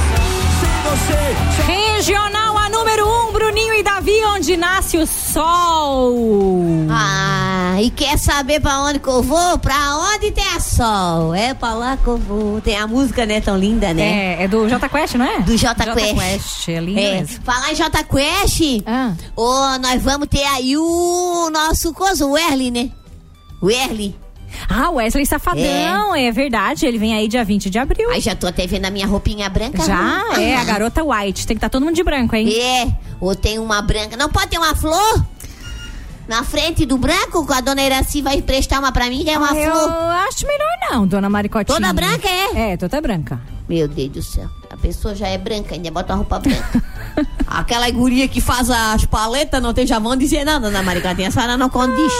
[SPEAKER 16] sem você.
[SPEAKER 2] Regional a número 1, um, Bruninho e Davi, onde nasce o sol.
[SPEAKER 4] Ah, e quer saber pra onde que eu vou? Pra onde tem a sol? É pra lá que eu vou. Tem a música, né? Tão linda, né?
[SPEAKER 2] É, é do J Quest, não é?
[SPEAKER 4] Do Jota
[SPEAKER 2] Jota
[SPEAKER 4] Quest.
[SPEAKER 2] Quest, é lindo
[SPEAKER 4] É,
[SPEAKER 2] mesmo. Ah.
[SPEAKER 4] falar em Jota Quest, ô, nós vamos ter aí o nosso coso, o Erly, né? O Erly.
[SPEAKER 2] Ah, Wesley Safadão, é. verdade. Ele vem aí dia 20 de abril.
[SPEAKER 4] Aí já tô até vendo a minha roupinha branca.
[SPEAKER 2] Já
[SPEAKER 4] né?
[SPEAKER 2] é a garota white. Tem que estar todo mundo de branco, hein?
[SPEAKER 4] É, ou tem uma branca. Não pode ter uma flor? na frente do branco, a dona Iraci vai prestar uma pra mim, que é uma
[SPEAKER 2] Eu
[SPEAKER 4] flor.
[SPEAKER 2] acho melhor não, dona Maricotinha.
[SPEAKER 4] Toda branca, é?
[SPEAKER 2] É, toda branca.
[SPEAKER 4] Meu Deus do céu. A pessoa já é branca, ainda bota uma roupa
[SPEAKER 2] <laughs>
[SPEAKER 4] branca. Aquela guria que faz as paletas, não tem, já vão dizer nada, dona Maricotinha. A senhora não condiz.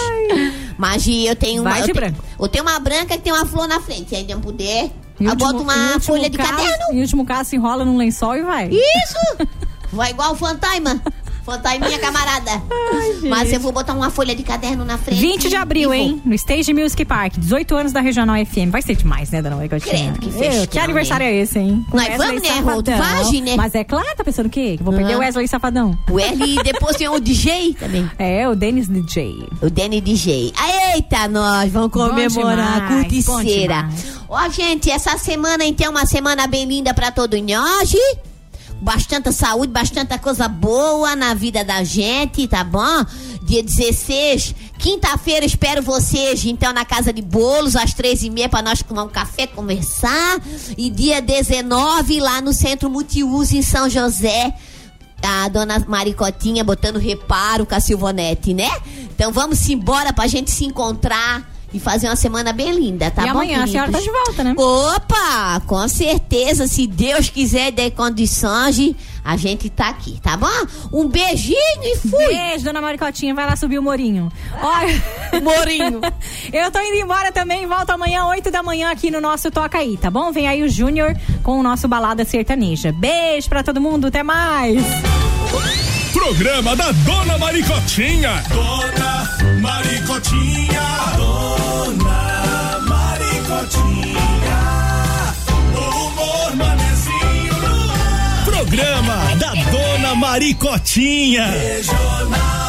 [SPEAKER 4] Mas e eu tenho uma.
[SPEAKER 2] Vai de
[SPEAKER 4] eu, te-
[SPEAKER 2] branco.
[SPEAKER 4] eu tenho uma branca que tem uma flor na frente. Ainda puder.
[SPEAKER 2] Em
[SPEAKER 4] Eu
[SPEAKER 2] último-
[SPEAKER 4] boto
[SPEAKER 2] em
[SPEAKER 4] uma
[SPEAKER 2] último
[SPEAKER 4] folha de
[SPEAKER 2] caso-
[SPEAKER 4] caderno.
[SPEAKER 2] Em último caso, se enrola num lençol e vai.
[SPEAKER 4] Isso! Vai igual o Fantaima. Fantaiminha camarada. Mas eu vou botar uma folha de caderno na frente.
[SPEAKER 2] 20 de abril,
[SPEAKER 4] e vou.
[SPEAKER 2] hein? No Stage Music Park, 18 anos da Regional FM. Vai ser demais, né, dona Maricotinha?
[SPEAKER 4] Credo, que festão,
[SPEAKER 2] Eu, Que aniversário é esse, hein?
[SPEAKER 4] Nós
[SPEAKER 2] Wesley
[SPEAKER 4] vamos, né, Rodo?
[SPEAKER 2] Safadão.
[SPEAKER 4] Vagem, né?
[SPEAKER 2] Mas é claro, tá pensando o quê? Que Vou perder
[SPEAKER 4] Aham.
[SPEAKER 2] o Wesley Safadão.
[SPEAKER 4] O L e depois tem o DJ também.
[SPEAKER 2] É, o Denis DJ.
[SPEAKER 4] O Danny DJ. Ah, Eita, nós vamos
[SPEAKER 2] Bom
[SPEAKER 4] comemorar
[SPEAKER 2] demais,
[SPEAKER 4] a curticeira.
[SPEAKER 2] bom
[SPEAKER 4] Ó, gente, essa semana então é uma semana bem linda pra todos nós. Bastante saúde, bastante coisa boa na vida da gente, tá bom? Dia 16, quinta-feira, espero vocês então na Casa de Bolos, às três e meia, pra nós tomar um café, conversar. E dia 19, lá no Centro Multiuso, em São José a dona Maricotinha botando reparo com a Silvonete, né? Então vamos embora pra gente se encontrar e fazer uma semana bem linda, tá
[SPEAKER 2] E
[SPEAKER 4] bom?
[SPEAKER 2] amanhã a senhora tá de volta, né?
[SPEAKER 4] Opa! Com certeza, se Deus quiser e der condições, a gente tá aqui, tá bom? Um beijinho e fui!
[SPEAKER 2] Beijo, dona Maricotinha. Vai lá subir o Morinho. Ó,
[SPEAKER 4] <laughs> Morinho.
[SPEAKER 2] <laughs> Eu tô indo embora também. Volto amanhã, 8 da manhã, aqui no nosso Toca Aí, tá bom? Vem aí o Júnior com o nosso Balada Sertaneja. Beijo pra todo mundo. Até mais.
[SPEAKER 3] Programa da Dona Maricotinha. Dona Maricotinha. Dona Maricotinha. O humor manezinho Programa da Dona Maricotinha. Regional.